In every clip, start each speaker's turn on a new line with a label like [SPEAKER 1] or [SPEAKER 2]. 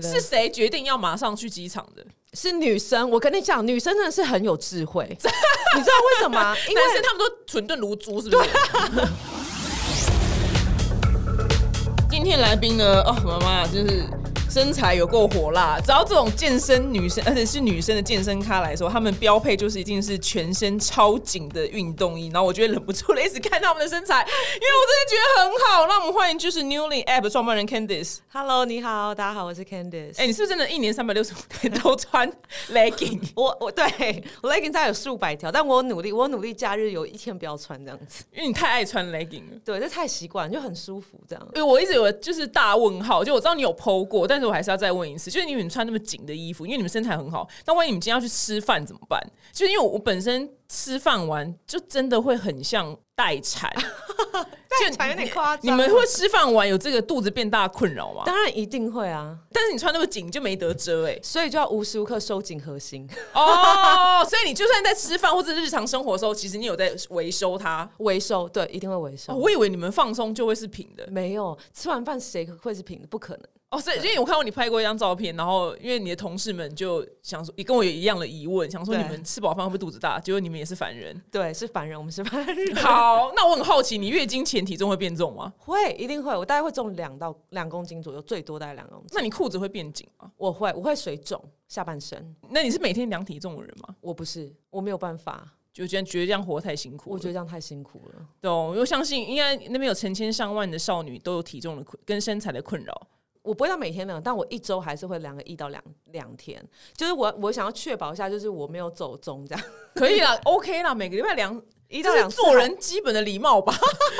[SPEAKER 1] 是谁决定要马上去机场的？
[SPEAKER 2] 是女生，我跟你讲，女生真的是很有智慧，你知道为什么 吗？因为
[SPEAKER 1] 男生他们都蠢钝如猪，是不是？ 今天来宾呢，哦，妈妈就是身材有够火辣。只要这种健身女生，而且是女生的健身咖来说，她们标配就是一定是全身超紧的运动衣。然后我就会忍不住的一直看她们的身材，因为我真的觉得很好。让我们欢迎就是 Newly App 创办人 Candice。
[SPEAKER 3] Hello，你好，大家好，我是 Candice。
[SPEAKER 1] 哎、你是不是真的一年三百六十五天都穿 legging？
[SPEAKER 3] 我我对我 leggings 大概有数百条，但我有努力，我有努力假日有一天不要穿这样子。
[SPEAKER 1] 因为你太爱穿 legging 了。
[SPEAKER 3] 对，这太习惯，就很舒服这样。
[SPEAKER 1] 因为我一直有就是大问号，就我知道你有剖过，但是我还是要再问一次，就是你们穿那么紧的衣服，因为你们身材很好，那万一你们今天要去吃饭怎么办？就是因为我本身吃饭完就真的会很像待 产，就
[SPEAKER 3] 产有点夸张
[SPEAKER 1] 你们会吃饭完有这个肚子变大的困扰 吗？
[SPEAKER 3] 当然一定会啊，
[SPEAKER 1] 但是你穿那么紧就没得遮 哎、
[SPEAKER 3] 所以就要无时无刻收紧核心，
[SPEAKER 1] 哦，所以你就算在吃饭或者日常生活的时候，其实你有在维修它。
[SPEAKER 3] 维收，对，一定会维收。
[SPEAKER 1] 哦我以为你们放松就会是平的
[SPEAKER 3] 没有吃完饭谁会是平的？不可能。
[SPEAKER 1] 哦，所以因为我看过你拍过一张照片，然后因为你的同事们就想说，也跟我有一样的疑问，想说你
[SPEAKER 3] 对
[SPEAKER 1] 们吃饱饭会不会肚子大？结果你们也是凡 人。
[SPEAKER 3] 对，是凡人，我们是凡人。
[SPEAKER 1] 好，那我很好奇，你月经前体重会变重吗？
[SPEAKER 3] 会，一定会，我大概会重两到两公斤左右，最多大概两公斤。
[SPEAKER 1] 那你裤子会变紧吗？
[SPEAKER 3] 我会，我会水肿下半身，
[SPEAKER 1] 那你是每天量体重的人吗？
[SPEAKER 3] 我不是，我没有办法，
[SPEAKER 1] 就觉得觉得这样活太辛苦了，
[SPEAKER 3] 我觉得这样太辛苦了。
[SPEAKER 1] 懂。我相信应该那边有成千上万的少女都有体重的困跟身材的困扰。
[SPEAKER 3] 我不会到每天量，但我一周还是会量个一到两两天，就是我我想要确保一下，就是我没有走中 这样，
[SPEAKER 1] 可 以啦，OK 啦，每个礼拜量
[SPEAKER 3] 一
[SPEAKER 1] 这
[SPEAKER 3] 到
[SPEAKER 1] 是
[SPEAKER 3] 两次啊
[SPEAKER 1] 做人基本的礼貌吧，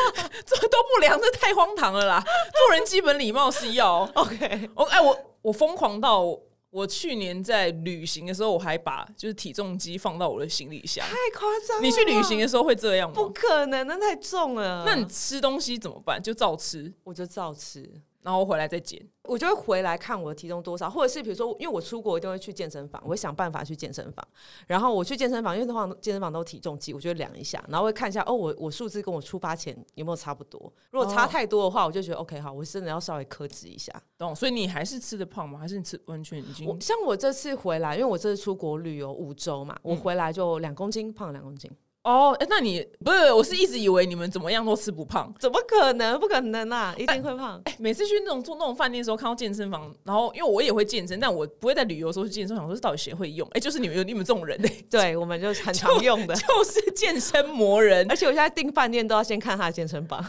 [SPEAKER 1] 这都不良，这太荒唐了啦！做人基本礼貌是要
[SPEAKER 3] OK，
[SPEAKER 1] 我哎，我我疯狂到我我去年在旅行的时候，我还把就是体重机放到我的行李箱。
[SPEAKER 3] 太夸张了。
[SPEAKER 1] 你去旅行的时候会这样
[SPEAKER 3] 不
[SPEAKER 1] 吗？
[SPEAKER 3] 可能，那太重了。
[SPEAKER 1] 那你吃东西怎么办？就照吃，
[SPEAKER 3] 我就照吃。
[SPEAKER 1] 然后回来再减。
[SPEAKER 3] 我就会回来看我的体重多少，或者是比如说，因为我出国一定会去健身房，我会想办法去健身房。然后我去健身房，因为通常健身房都有体重计，我就会量一下，然后会看一下哦，我我数字跟我出发前有没有差不多。如果差
[SPEAKER 1] 哦
[SPEAKER 3] 太多的话，我就觉得 OK 好，我真的要稍微克制一下。
[SPEAKER 1] 懂？所以你还是吃的胖吗？还是你吃完全已经
[SPEAKER 3] 我像我这次回来，因为我这次出国旅游五周嘛，我回来就两公斤胖两公斤，
[SPEAKER 1] 哦？哎那你不是？我是一直以为你们怎么样都吃不胖。
[SPEAKER 3] 怎么可能？不可能啊，一定会胖。
[SPEAKER 1] 哎每次去那种住那种饭店的时候，看到健身房，然后因为我也会健身，但我不会在旅游的时候去健身，想说到底谁会用？哎、就是你们有你们这种人、哎，
[SPEAKER 3] 对，我们 就是很常用的。
[SPEAKER 1] 就是健身魔人。
[SPEAKER 3] 而且我现在订饭店都要先看他的健身房，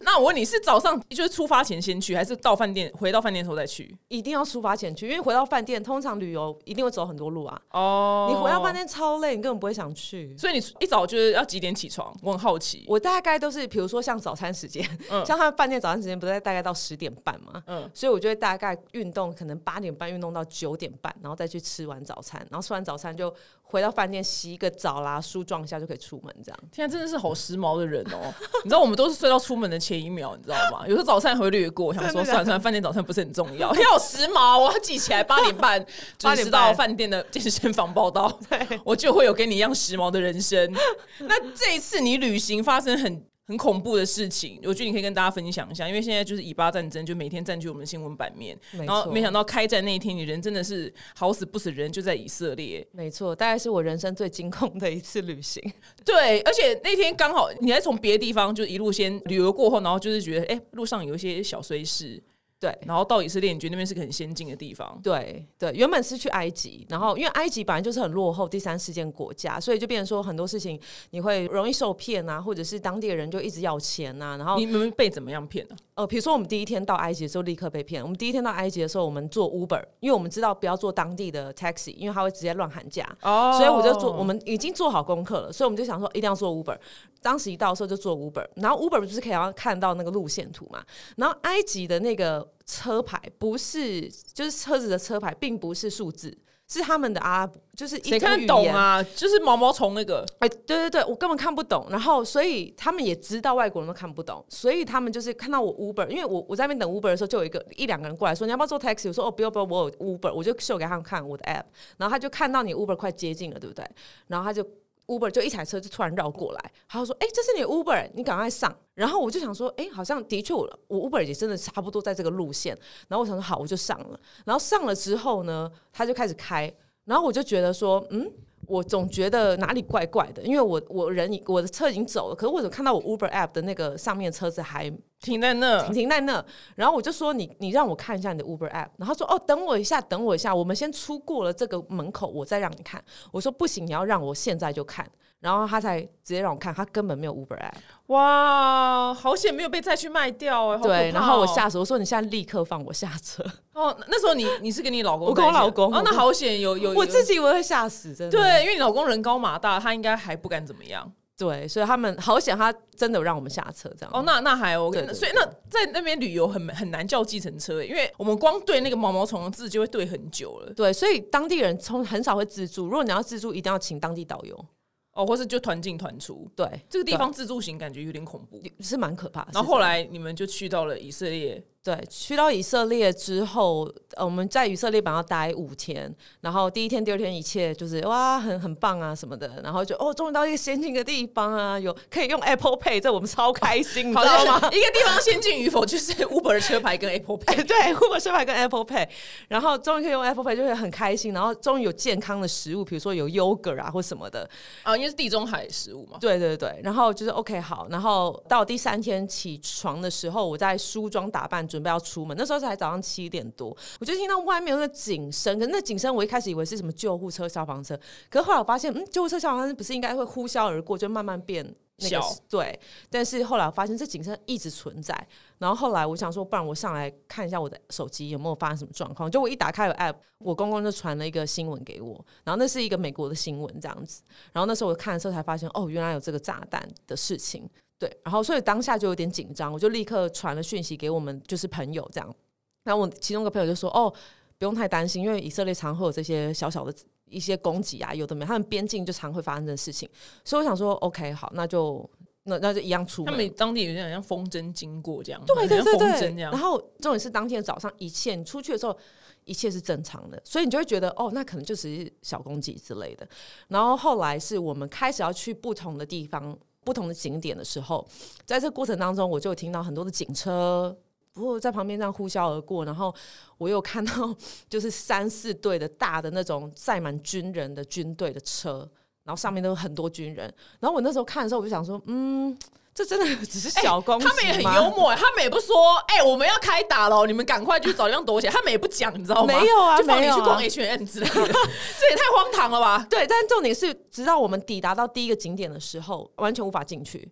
[SPEAKER 1] 那我问你是早上就是出发前先去，还是到饭店回到饭店的时候再去？
[SPEAKER 3] 一定要出发前去，因为回到饭店，通常旅游一定会走很多路啊。
[SPEAKER 1] 哦
[SPEAKER 3] 你回到饭，店超累，你根本不会想去。
[SPEAKER 1] 所以你一早就是要几点起床？我很好奇。
[SPEAKER 3] 我大概都是，比如说像早餐时间，
[SPEAKER 1] 嗯
[SPEAKER 3] 像他们饭店早餐时间不是大概到十点半嘛，
[SPEAKER 1] 嗯
[SPEAKER 3] 所以我就会大概运动，可能八点半运动到九点半，然后再去吃完早餐，然后吃完早餐就回到饭店洗个澡啦，梳妆一下就可以出门这样。
[SPEAKER 1] 天啊，真的是好时髦的人哦！你知道我们都是睡到出门的前一秒，你知道吗？有时候早餐也会略过，想说
[SPEAKER 3] 真的
[SPEAKER 1] 算了算了，饭店早餐不是很重要。 你好时髦，我要记起来八点 半准
[SPEAKER 3] 8
[SPEAKER 1] 时
[SPEAKER 3] 点半
[SPEAKER 1] 到饭店的健身房报 道，我就会有跟你一样时髦的人生。那这一次你旅行发生很。很恐怖的事情，我觉得你可以跟大家分享一下，因为现在就是以巴战争，就每天占据我们的新闻版面。
[SPEAKER 3] 没
[SPEAKER 1] 然后
[SPEAKER 3] 错
[SPEAKER 1] 没想到开战那一天，你人真的是好死不死，人就在以色列。
[SPEAKER 3] 没错，大概是我人生最惊恐的一次旅行。
[SPEAKER 1] 对，而且那天刚好你还从别的地方就一路先旅游过后，然后就是觉得哎、诶路上有一些小碎事，
[SPEAKER 3] 对
[SPEAKER 1] 然后到以色列，你觉得那边是个很先进的地方。
[SPEAKER 3] 对对，原本是去埃及，然后因为埃及本来就是很落后第三世界国家，所以就变成说很多事情你会容易受骗啊，或者是当地的人就一直要钱啊，然后
[SPEAKER 1] 你们被怎么样骗呢、啊
[SPEAKER 3] 呃，比如说我们第一天到埃及的时候立刻被骗。我们第一天到埃及的时候，我们坐 Uber，因为我们知道不要坐当地的 taxi，因为他会直接乱喊价。
[SPEAKER 1] 哦
[SPEAKER 3] 所以我就做，我们已经做好功课了，所以我们就想说一定要做 Uber。当时一到的时候就做 Uber，然后 Uber 不是可以要看到那个路线图嘛？然后埃及的那个车牌不是，就是车子的车牌并不是数字，是他们的阿拉伯，就是一
[SPEAKER 1] 谁看得
[SPEAKER 3] 种语
[SPEAKER 1] 懂
[SPEAKER 3] 言？
[SPEAKER 1] 啊？就是毛毛虫那个，
[SPEAKER 3] 哎、对对对，我根本看不懂。然后，所以他们也知道外国人都看不懂，所以他们就是看到我 Uber，因为我我在那边等 Uber 的时候，就有一个一两个人过来说你要不要坐 taxi？我说哦不用不用，我有 Uber，我就秀给他们看我的 app，然后他就看到你 Uber 快接近了，对不对？然后他就。 Uber 就一台车就突然绕过来，他就说：“哎、这是你的 Uber，你赶快上。”然后我就想说：“哎、好像的确我我 Uber 也真的差不多在这个路线。”然后我想说：“好，我就上了。”然后上了之后呢，他就开始开，然后我就觉得说：“嗯。”我总觉得哪里怪怪的，因为我我人已我的车已经走了，可是我怎么看到我 Uber App 的那个上面车子还
[SPEAKER 1] 停在那
[SPEAKER 3] 停，停在那，然后我就说你你让我看一下你的 Uber app，然后他说哦等我一下，等我一下，我们先出过了这个门口，我再让你看。我说不行，你要让我现在就看，然后他才直接让我看，他根本没有 Uber app。
[SPEAKER 1] 哇，好险没有被再去卖掉哎、好可怕哦
[SPEAKER 3] 对，然后我下车，我说你现在立刻放我下车，
[SPEAKER 1] 哦，那那时候你你是跟你老公在
[SPEAKER 3] 我
[SPEAKER 1] 一起，
[SPEAKER 3] 跟我老公
[SPEAKER 1] 哦，那好险有有
[SPEAKER 3] 我自
[SPEAKER 1] 己
[SPEAKER 3] 己我会吓死，真的。
[SPEAKER 1] 对，因为你老公人高马大，他应该还不敢怎么样。
[SPEAKER 3] 对，所以他们好险，他真的有让我们下车这样。
[SPEAKER 1] 哦，那那还 OK，
[SPEAKER 3] 对对对
[SPEAKER 1] 所以那在那边旅游很很难叫计程车、因为我们光对那个毛毛虫的字就会对很久了，
[SPEAKER 3] 对，所以当地人从很少会自助，如果你要自助，一定要请当地导游。
[SPEAKER 1] 哦，或是就团进团出。
[SPEAKER 3] 对，
[SPEAKER 1] 这个地方自助型感觉有点恐怖。
[SPEAKER 3] 对是蛮可怕的。
[SPEAKER 1] 然
[SPEAKER 3] 是
[SPEAKER 1] 后后来你们就去到了以色列，
[SPEAKER 3] 对，去到以色列之后，呃，我们在以色列本来要待五天，然后第一天、第二天一切就是哇，很很棒啊什么的，然后就哦，终于到一个先进的地方啊，有可以用 Apple Pay，这我们超开心，你知道吗？
[SPEAKER 1] 一个地方先进与否就是 Uber 车牌跟 Apple
[SPEAKER 3] 哎
[SPEAKER 1] Pay。
[SPEAKER 3] 对，我是买跟 Apple Pay，然后终于可以用 Apple Pay 就会很开心，然后终于有健康的食物，比如说有 yogurt 啊或什么的，
[SPEAKER 1] 啊，因为是地中海食物嘛。
[SPEAKER 3] 对对对，然后就是 OK 好，然后到第三天起床的时候，我在梳妆打扮，准备要出门。那时候才早上七点多，我就听到外面有那个警声，可是那警声我一开始以为是什么救护车、消防车，可是后来我发现，嗯，救护车、消防车不是应该会呼啸而过，就慢慢变。那个
[SPEAKER 1] 小
[SPEAKER 3] 对，但是后来我发现这警声一直存在，然后后来我想说，不然我上来看一下我的手机有没有发生什么状况。就我一打开我 app，我公公就传了一个新闻给我，然后那是一个美国的新闻这样子。然后那时候我看的时候才发现，哦，原来有这个炸弹的事情。对，然后所以当下就有点紧张，我就立刻传了讯息给我们就是朋友这样。然后我其中一个朋友就说，哦，不用太担心，因为以色列常会有这些小小的。一些攻击啊，有的没，他们边境就常会发生的事情，所以我想说，OK，好，那就那那就一样出
[SPEAKER 1] 他
[SPEAKER 3] 门。
[SPEAKER 1] 们当地有点像风筝经过这样，
[SPEAKER 3] 对对
[SPEAKER 1] 很像
[SPEAKER 3] 对
[SPEAKER 1] 风筝
[SPEAKER 3] 对，
[SPEAKER 1] 这
[SPEAKER 3] 然
[SPEAKER 1] 样。
[SPEAKER 3] 后重点是当天早上一切，你出去的时候一切是正常的，所以你就会觉得哦，那可能就只是小攻击之类的。然后后来是我们开始要去不同的地方、不同的景点的时候，在这过程当中，我就有听到很多的警车。不过在旁边这样呼啸而过，然后我有看到就是三四队的大的那种载满军人的军队的车，然后上面都有很多军人。然后我那时候看的时候，我就想说，嗯，这真的只是小攻击、吗？
[SPEAKER 1] 哎他们也很幽默、他们也不说，哎、我们要开打了，你们赶快去找地方躲起来。他们也不讲，你知道吗？
[SPEAKER 3] 没有啊
[SPEAKER 1] 就放你
[SPEAKER 3] 没有啊
[SPEAKER 1] 去逛 H&M 之类的， 这也太荒唐了吧？
[SPEAKER 3] 对，但重点是，直到我们抵达到第一个景点的时候，完全无法进去。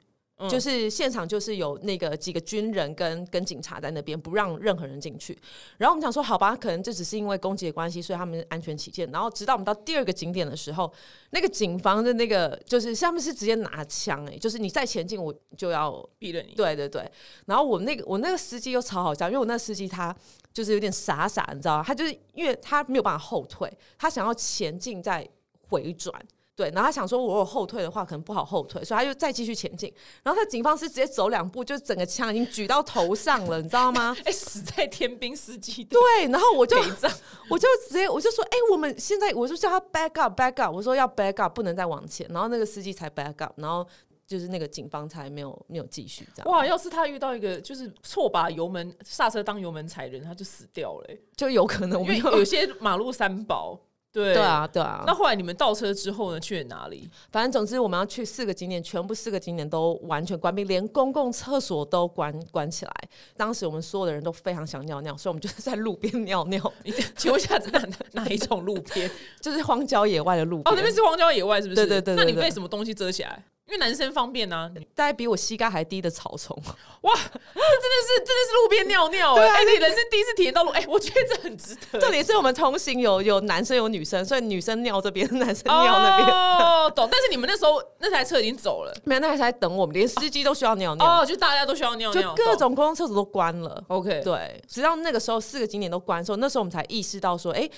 [SPEAKER 3] 就是现场就是有那个几个军人跟跟警察在那边，不让任何人进去。然后我们想说，好吧，可能这只是因为攻击的关系，所以他们安全起见。然后直到我们到第二个景点的时候，那个警方的那个就是他们是直接拿枪哎、就是你再前进我就要
[SPEAKER 1] 毙了你！
[SPEAKER 3] 对对对，然后我那个我那个司机又超好笑，因为我那司机他就是有点傻傻，你知道吗？他就是因为他没有办法后退，他想要前进再回转。对，然后他想说，我有后退的话，可能不好后退，所以他就再继续前进。然后他警方是直接走两步，就整个枪已经举到头上了，你知 道吗？
[SPEAKER 1] 哎、死在天兵司机的
[SPEAKER 3] 对，然后我就
[SPEAKER 1] 陪葬。
[SPEAKER 3] 我就直接我就说，哎、我们现在我就叫他 back up back up，我说要 back up，不能再往前。然后那个司机才 back up，然后就是那个警方才没有没有继续这 样。
[SPEAKER 1] 哇，要是他遇到一个就是错把油门刹车当油门踩人，他就死掉了、哎
[SPEAKER 3] 就有可能我
[SPEAKER 1] 因
[SPEAKER 3] 们
[SPEAKER 1] 为
[SPEAKER 3] 有
[SPEAKER 1] 有些马路三宝，对
[SPEAKER 3] 对。啊对啊
[SPEAKER 1] 那。后来你们倒车之后呢？去了哪里？
[SPEAKER 3] 反正总之我们要去四个景点，全部四个景点都完全关闭，连公共厕所都关关起来。当时我们所有的人都非常想尿尿，所以我们就是 在路边尿尿，
[SPEAKER 1] 你 请问一下，哪哪哪一种路 边？
[SPEAKER 3] 就是荒郊野外的路
[SPEAKER 1] 哦
[SPEAKER 3] 边。，
[SPEAKER 1] 那边是荒郊野外，是不是？
[SPEAKER 3] 对对对对
[SPEAKER 1] 那你
[SPEAKER 3] 对
[SPEAKER 1] 被什么东西遮起来？因为男生方便啊。
[SPEAKER 3] 大概比我膝盖还低的 草丛。
[SPEAKER 1] 哇，这真的是真的是路边尿尿哎、
[SPEAKER 3] 对
[SPEAKER 1] 哎、
[SPEAKER 3] 啊
[SPEAKER 1] 你人生第一次体验到路，哎、我觉得这很值得。欸
[SPEAKER 3] 重点是我们同行有有男生有女生，所以女生尿这边， 男生
[SPEAKER 1] 哦
[SPEAKER 3] 尿那边。
[SPEAKER 1] 懂。但是你们那时候那台车已经走了，
[SPEAKER 3] 没有，那还是在等我们，连司机都需要尿尿，
[SPEAKER 1] 哦，就大家都需要尿
[SPEAKER 3] 就
[SPEAKER 1] 尿，
[SPEAKER 3] 各
[SPEAKER 1] 懂
[SPEAKER 3] 种公共厕所都关了。
[SPEAKER 1] OK。
[SPEAKER 3] 对，直到那个时候四个景点都关的时候，那时候我们才意识到说，哎、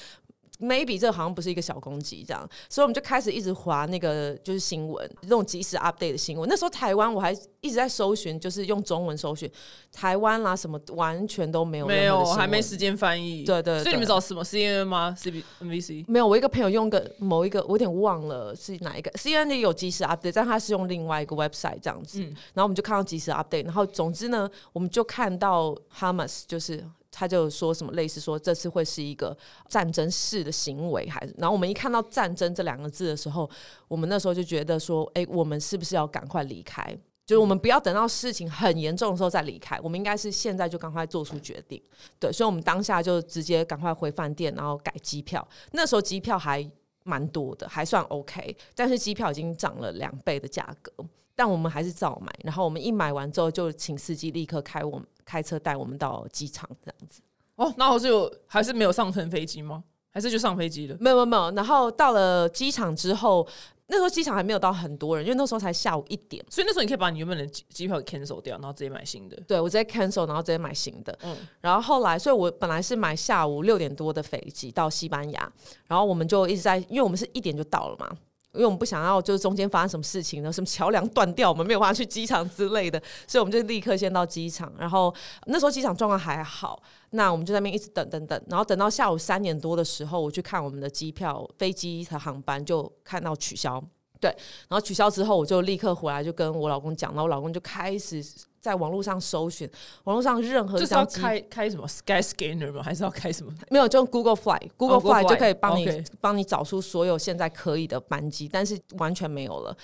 [SPEAKER 3] maybe 这好像不是一个小攻击这样，所以我们就开始一直划那个就是新闻，那种即时 update 的新闻。那时候台湾我还一直在搜寻，就是用中文搜寻台湾啦什么，完全都没有
[SPEAKER 1] 没
[SPEAKER 3] 任
[SPEAKER 1] 有
[SPEAKER 3] 何的新闻
[SPEAKER 1] 还没时间翻译。
[SPEAKER 3] 对对对
[SPEAKER 1] 所以你们找什么 CNN 吗？CNBC？
[SPEAKER 3] 没有，我一个朋友用个某一个，我有点忘了是哪一个。C N 也有即时 update，但他是用另外一个 website 这样子。然后我们就看到即时 update，然后总之呢，我们就看到 Hamas 就是。他就说什么类似说这次会是一个战争式的行为，还是然后我们一看到战争这两个字的时候，我们那时候就觉得说，哎、我们是不是要赶快离开？就是我们不要等到事情很严重的时候再离开，我们应该是现在就赶快做出决定。对，所以我们当下就直接赶快回饭店，然后改机票。那时候机票还蛮多的，还算 OK，但是机票已经涨了两倍的价格，但我们还是照买。然后我们一买完之后，就请司机立刻开我们开车带我们到机场，这样子。
[SPEAKER 1] 哦，那我是有还是没有上乘飞机吗？还是就上飞机了？
[SPEAKER 3] 没有没有没有。然后到了机场之后，那时候机场还没有到很多人，因为那时候才下午一点。
[SPEAKER 1] 所以那时候你可以把你原本的机机票 cancel 掉，然后直接买新的。
[SPEAKER 3] 对我直接 cancel，然后直接买新的。
[SPEAKER 1] 嗯
[SPEAKER 3] 然后后来，所以我本来是买下午六点多的飞机到西班牙，然后我们就一直在，因为我们是一点就到了嘛。因为我们不想要，就是中间发生什么事情呢？什么桥梁断掉，我们没有办法去机场之类的，所以我们就立刻先到机场。然后那时候机场状况还好，那我们就在那边一直等等等，然后等到下午三点多的时候，我去看我们的机票、飞机和航班，就看到取消。对，然后取消之后，我就立刻回来就跟我老公讲，然后我老公就开始在网络上搜寻，网络上任何
[SPEAKER 1] 就
[SPEAKER 3] 一
[SPEAKER 1] 是要
[SPEAKER 3] 张机
[SPEAKER 1] 开开什么 Sky Scanner 吗？还是要开什么？
[SPEAKER 3] 没有，就用 Google Fly，Google
[SPEAKER 1] Google
[SPEAKER 3] Fly 就可以
[SPEAKER 1] Fly，
[SPEAKER 3] 帮你
[SPEAKER 1] OK
[SPEAKER 3] 帮你找出所有现在可以的班机，但是完全没有了。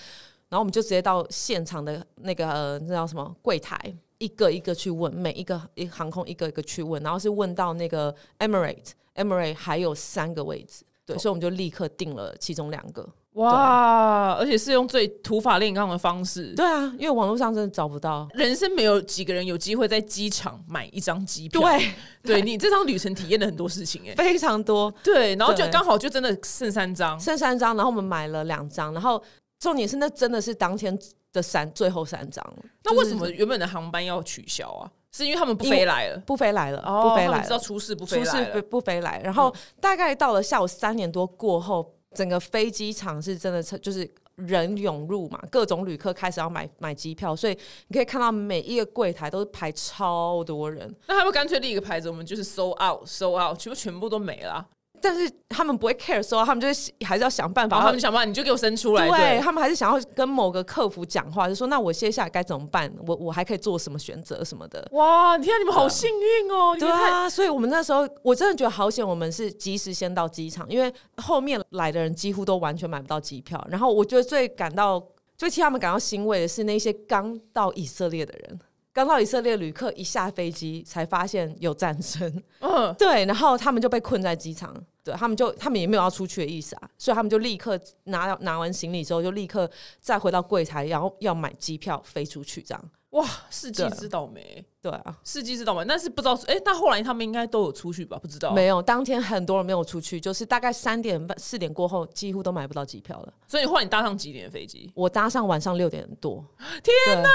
[SPEAKER 3] 然后我们就直接到现场的那个呃那叫什么柜台，一个一个去问，每一个一航空一个一个去问，然后是问到那个 Emirate Emirate 还有三个位置，对，所以我们就立刻定了其中两个。
[SPEAKER 1] 哇！而且是用最土法炼钢的方式。
[SPEAKER 3] 对啊，因为网络上真的找不到。
[SPEAKER 1] 人生没有几个人有机会在机场买一张机票。
[SPEAKER 3] 对，啊
[SPEAKER 1] 对你这趟旅程体验了很多事情哎、
[SPEAKER 3] 非常多，
[SPEAKER 1] 对，然后就
[SPEAKER 3] 对
[SPEAKER 1] 刚好就真的剩三张，
[SPEAKER 3] 剩三张，然后我们买了两张，然后重点是那真的是当天的三最后三张。
[SPEAKER 1] 那
[SPEAKER 3] 就
[SPEAKER 1] 为
[SPEAKER 3] 是
[SPEAKER 1] 什么原本的航班要取消啊？是因为他们不
[SPEAKER 3] 因为
[SPEAKER 1] 飞来了，
[SPEAKER 3] 不飞来了，
[SPEAKER 1] 哦，
[SPEAKER 3] 不飞
[SPEAKER 1] 他
[SPEAKER 3] 来
[SPEAKER 1] 们知道
[SPEAKER 3] 了，嗯
[SPEAKER 1] 出事不飞
[SPEAKER 3] 出
[SPEAKER 1] 来
[SPEAKER 3] 事
[SPEAKER 1] 了
[SPEAKER 3] 不。不飞来。然后大概到了下午三点多过后，整个飞机场是真的是就是人涌入嘛，各种旅客开始要买买机票，所以你可以看到每一个柜台都是排超多人，
[SPEAKER 1] 那他们干脆立一个牌子，我们就是 sold out sold out，全部全部都没了啊，
[SPEAKER 3] 但是他们不会 care 说，他们就是还是要想办
[SPEAKER 1] 然
[SPEAKER 3] 法。
[SPEAKER 1] 后他们想办法，你就给我生出来。
[SPEAKER 3] 对
[SPEAKER 1] 对，
[SPEAKER 3] 他们还是想要跟某个客服讲话，就说那我接下来该怎么办？我我还可以做什么选择什么的？
[SPEAKER 1] 哇，天啊，你们好幸运哦！你
[SPEAKER 3] 对
[SPEAKER 1] 们太
[SPEAKER 3] 啊，所以我们那时候我真的觉得好险，我们是及时先到机场，因为后面来的人几乎都完全买不到机票。然后我觉得最感到最替他们感到欣慰的是那些刚到以色列的人。刚到以色列旅客一下飞机才发现有战争，
[SPEAKER 1] 嗯，
[SPEAKER 3] 对，然后他们就被困在机场，对他们就他们也没有要出去的意思啊，所以他们就立刻拿拿完行李之后就立刻再回到柜台，然后要买机票飞出去，这样
[SPEAKER 1] 哇，世纪
[SPEAKER 3] 对
[SPEAKER 1] 之倒霉，
[SPEAKER 3] 对啊。
[SPEAKER 1] 世纪之倒霉。但是不知道，哎，那后来他们应该都有出去吧？不知道，
[SPEAKER 3] 没有，当天很多人没有出去，就是大概三点半、四点过后，几乎都买不到机票了。
[SPEAKER 1] 所以后来你搭上几点的飞机？
[SPEAKER 3] 我搭上晚上六点多，
[SPEAKER 1] 天哪！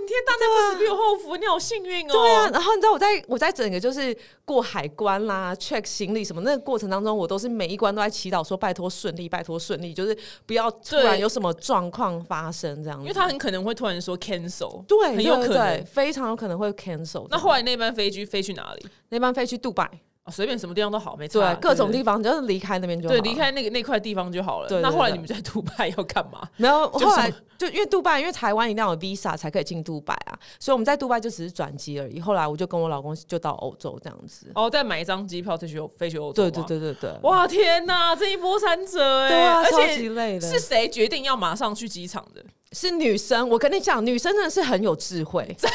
[SPEAKER 1] 你天大家不死必有后福，你好幸运哦。
[SPEAKER 3] 对啊，然后你知道我在我在整个就是过海关啦、check 行李什么那个过程当中，我都是每一关都在祈祷说拜托顺利，拜托顺利，就是不要突然
[SPEAKER 1] 对
[SPEAKER 3] 有什么状况发生这样子。
[SPEAKER 1] 因为他很可能会突然说 cancel，
[SPEAKER 3] 对
[SPEAKER 1] 很有可
[SPEAKER 3] 对对对
[SPEAKER 1] 能。
[SPEAKER 3] 非常有可能会 cancel 这样。
[SPEAKER 1] 那后来那班飞机飞去哪里？
[SPEAKER 3] 那班飞去杜拜，
[SPEAKER 1] 啊，随便什么地方都好，没差
[SPEAKER 3] 对，啊各种
[SPEAKER 1] 对
[SPEAKER 3] 地方就是离开那边就好
[SPEAKER 1] 对，离开那个那块地方就好了。
[SPEAKER 3] 对对
[SPEAKER 1] 那后来
[SPEAKER 3] 对
[SPEAKER 1] 你们在杜拜要干嘛？
[SPEAKER 3] 没有，
[SPEAKER 1] 就是
[SPEAKER 3] 后来就因为杜拜，因为台湾一定要有 visa 才可以进杜拜啊，所以我们在杜拜就只是转机而已。后来我就跟我老公就到欧洲这样子。
[SPEAKER 1] 哦，再买一张机票再去欧飞去欧洲。啊
[SPEAKER 3] 对对，对对对，
[SPEAKER 1] 哇天哪，这一波三折哎、
[SPEAKER 3] 对啊，
[SPEAKER 1] 而
[SPEAKER 3] 超
[SPEAKER 1] 且
[SPEAKER 3] 级累的。
[SPEAKER 1] 是谁决定要马上去机场的？
[SPEAKER 3] 是女生，我跟你讲，女生真的是很有智慧， 你知道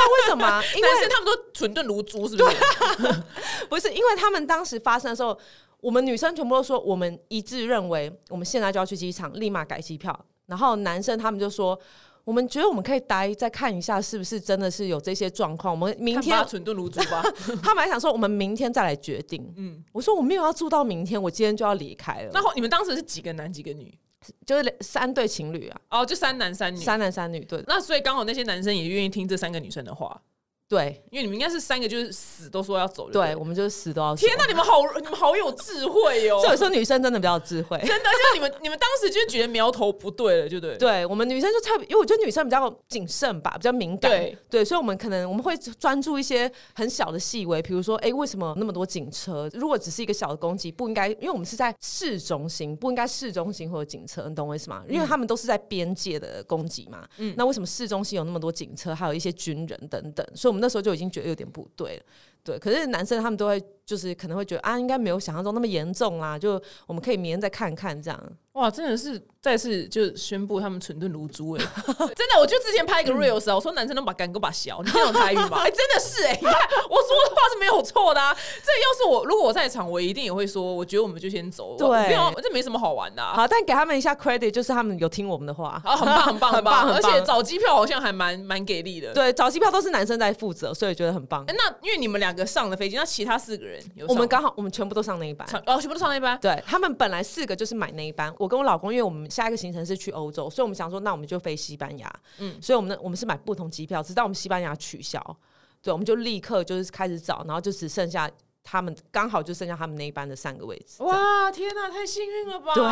[SPEAKER 3] 为什么 吗？因为啊
[SPEAKER 1] 男生他们都蠢钝如猪，是不是？
[SPEAKER 3] 不是因为他们当时发生的时候，我们女生全部都说我们一致认为我们现在就要去机场，立马改机票。然后男生他们就说。我们觉得我们可以待再看一下，是不是真的是有这些状况？我们明
[SPEAKER 1] 看
[SPEAKER 3] 天
[SPEAKER 1] 吧蠢钝如猪吧。
[SPEAKER 3] 他们还想说我们明天再来决定。嗯，我说我没有要住到明天，我今天就要离开了。
[SPEAKER 1] 那后你们当时是几个男几个女？
[SPEAKER 3] 就是三对情侣啊，
[SPEAKER 1] 哦，就三男三女。
[SPEAKER 3] 三男三女，对，
[SPEAKER 1] 那所以刚好那些男生也愿意听这三个女生的话，
[SPEAKER 3] 对
[SPEAKER 1] 因为你们应该是三个就是死都说要走就
[SPEAKER 3] 对，
[SPEAKER 1] 了
[SPEAKER 3] 我们就是死都要说。啊
[SPEAKER 1] 天哪，你们好，你们好有智慧哦！
[SPEAKER 3] 所以说女生真的比较有智慧。
[SPEAKER 1] 真的，就你们你们当时就觉得苗头不对了，就对。
[SPEAKER 3] 对我们女生就特别，因为我觉得女生比较谨慎吧，比较敏感，
[SPEAKER 1] 对
[SPEAKER 3] 所以我们可能我们会专注一些很小的细微，比如说，哎、为什么那么多警车？如果只是一个小的攻击，不应该，因为我们是在市中心，不应该市中心会有警车，你懂我意思
[SPEAKER 1] 嗯
[SPEAKER 3] 吗？因为他们都是在边界的攻击嘛，那为什么市中心有那么多警车，还有一些军人等等？所以我们那时候就已经觉得有点不对了。对，可是男生他们都会，就是可能会觉得啊，应该没有想象中那么严重啦，就我们可以明天再看看这样。
[SPEAKER 1] 哇，真的是再次就宣布他们蠢钝如猪 哎！真的，我就之前拍一个 reels 啊，我说男生都把干够把小，你听得懂台语吗？哎、真的是哎、你看我说的话是没有错的啊。这要是我如果我在场，我一定也会说，我觉得我们就先走，
[SPEAKER 3] 对
[SPEAKER 1] 我没有这没什么好玩的、啊。
[SPEAKER 3] 好，但给他们一下 credit，就是他们有听我们的话。
[SPEAKER 1] 啊，很棒， 很棒，
[SPEAKER 3] 很棒
[SPEAKER 1] 而
[SPEAKER 3] 很棒
[SPEAKER 1] 且找机票好像还蛮蛮给力的。
[SPEAKER 3] 对，早期票都是男生在负责，所以觉得很棒
[SPEAKER 1] 哎，。那因为你们两个上了飞机，那其他四个人有上
[SPEAKER 3] 我们刚好我们全部都上那一班。
[SPEAKER 1] 上哦，全部都上那一班。
[SPEAKER 3] 对他们本来四个就是买那一班，我跟我老公，因为我们下一个行程是去欧洲，所以我们想说，那我们就飞西班牙。嗯，所以我们呢我们是买不同机票，直到我们西班牙取消，对，我们就立刻就是开始找，然后就只剩下他们，刚好就剩下他们那一班的三个位置。
[SPEAKER 1] 哇，天哪，太幸运了吧！
[SPEAKER 3] 对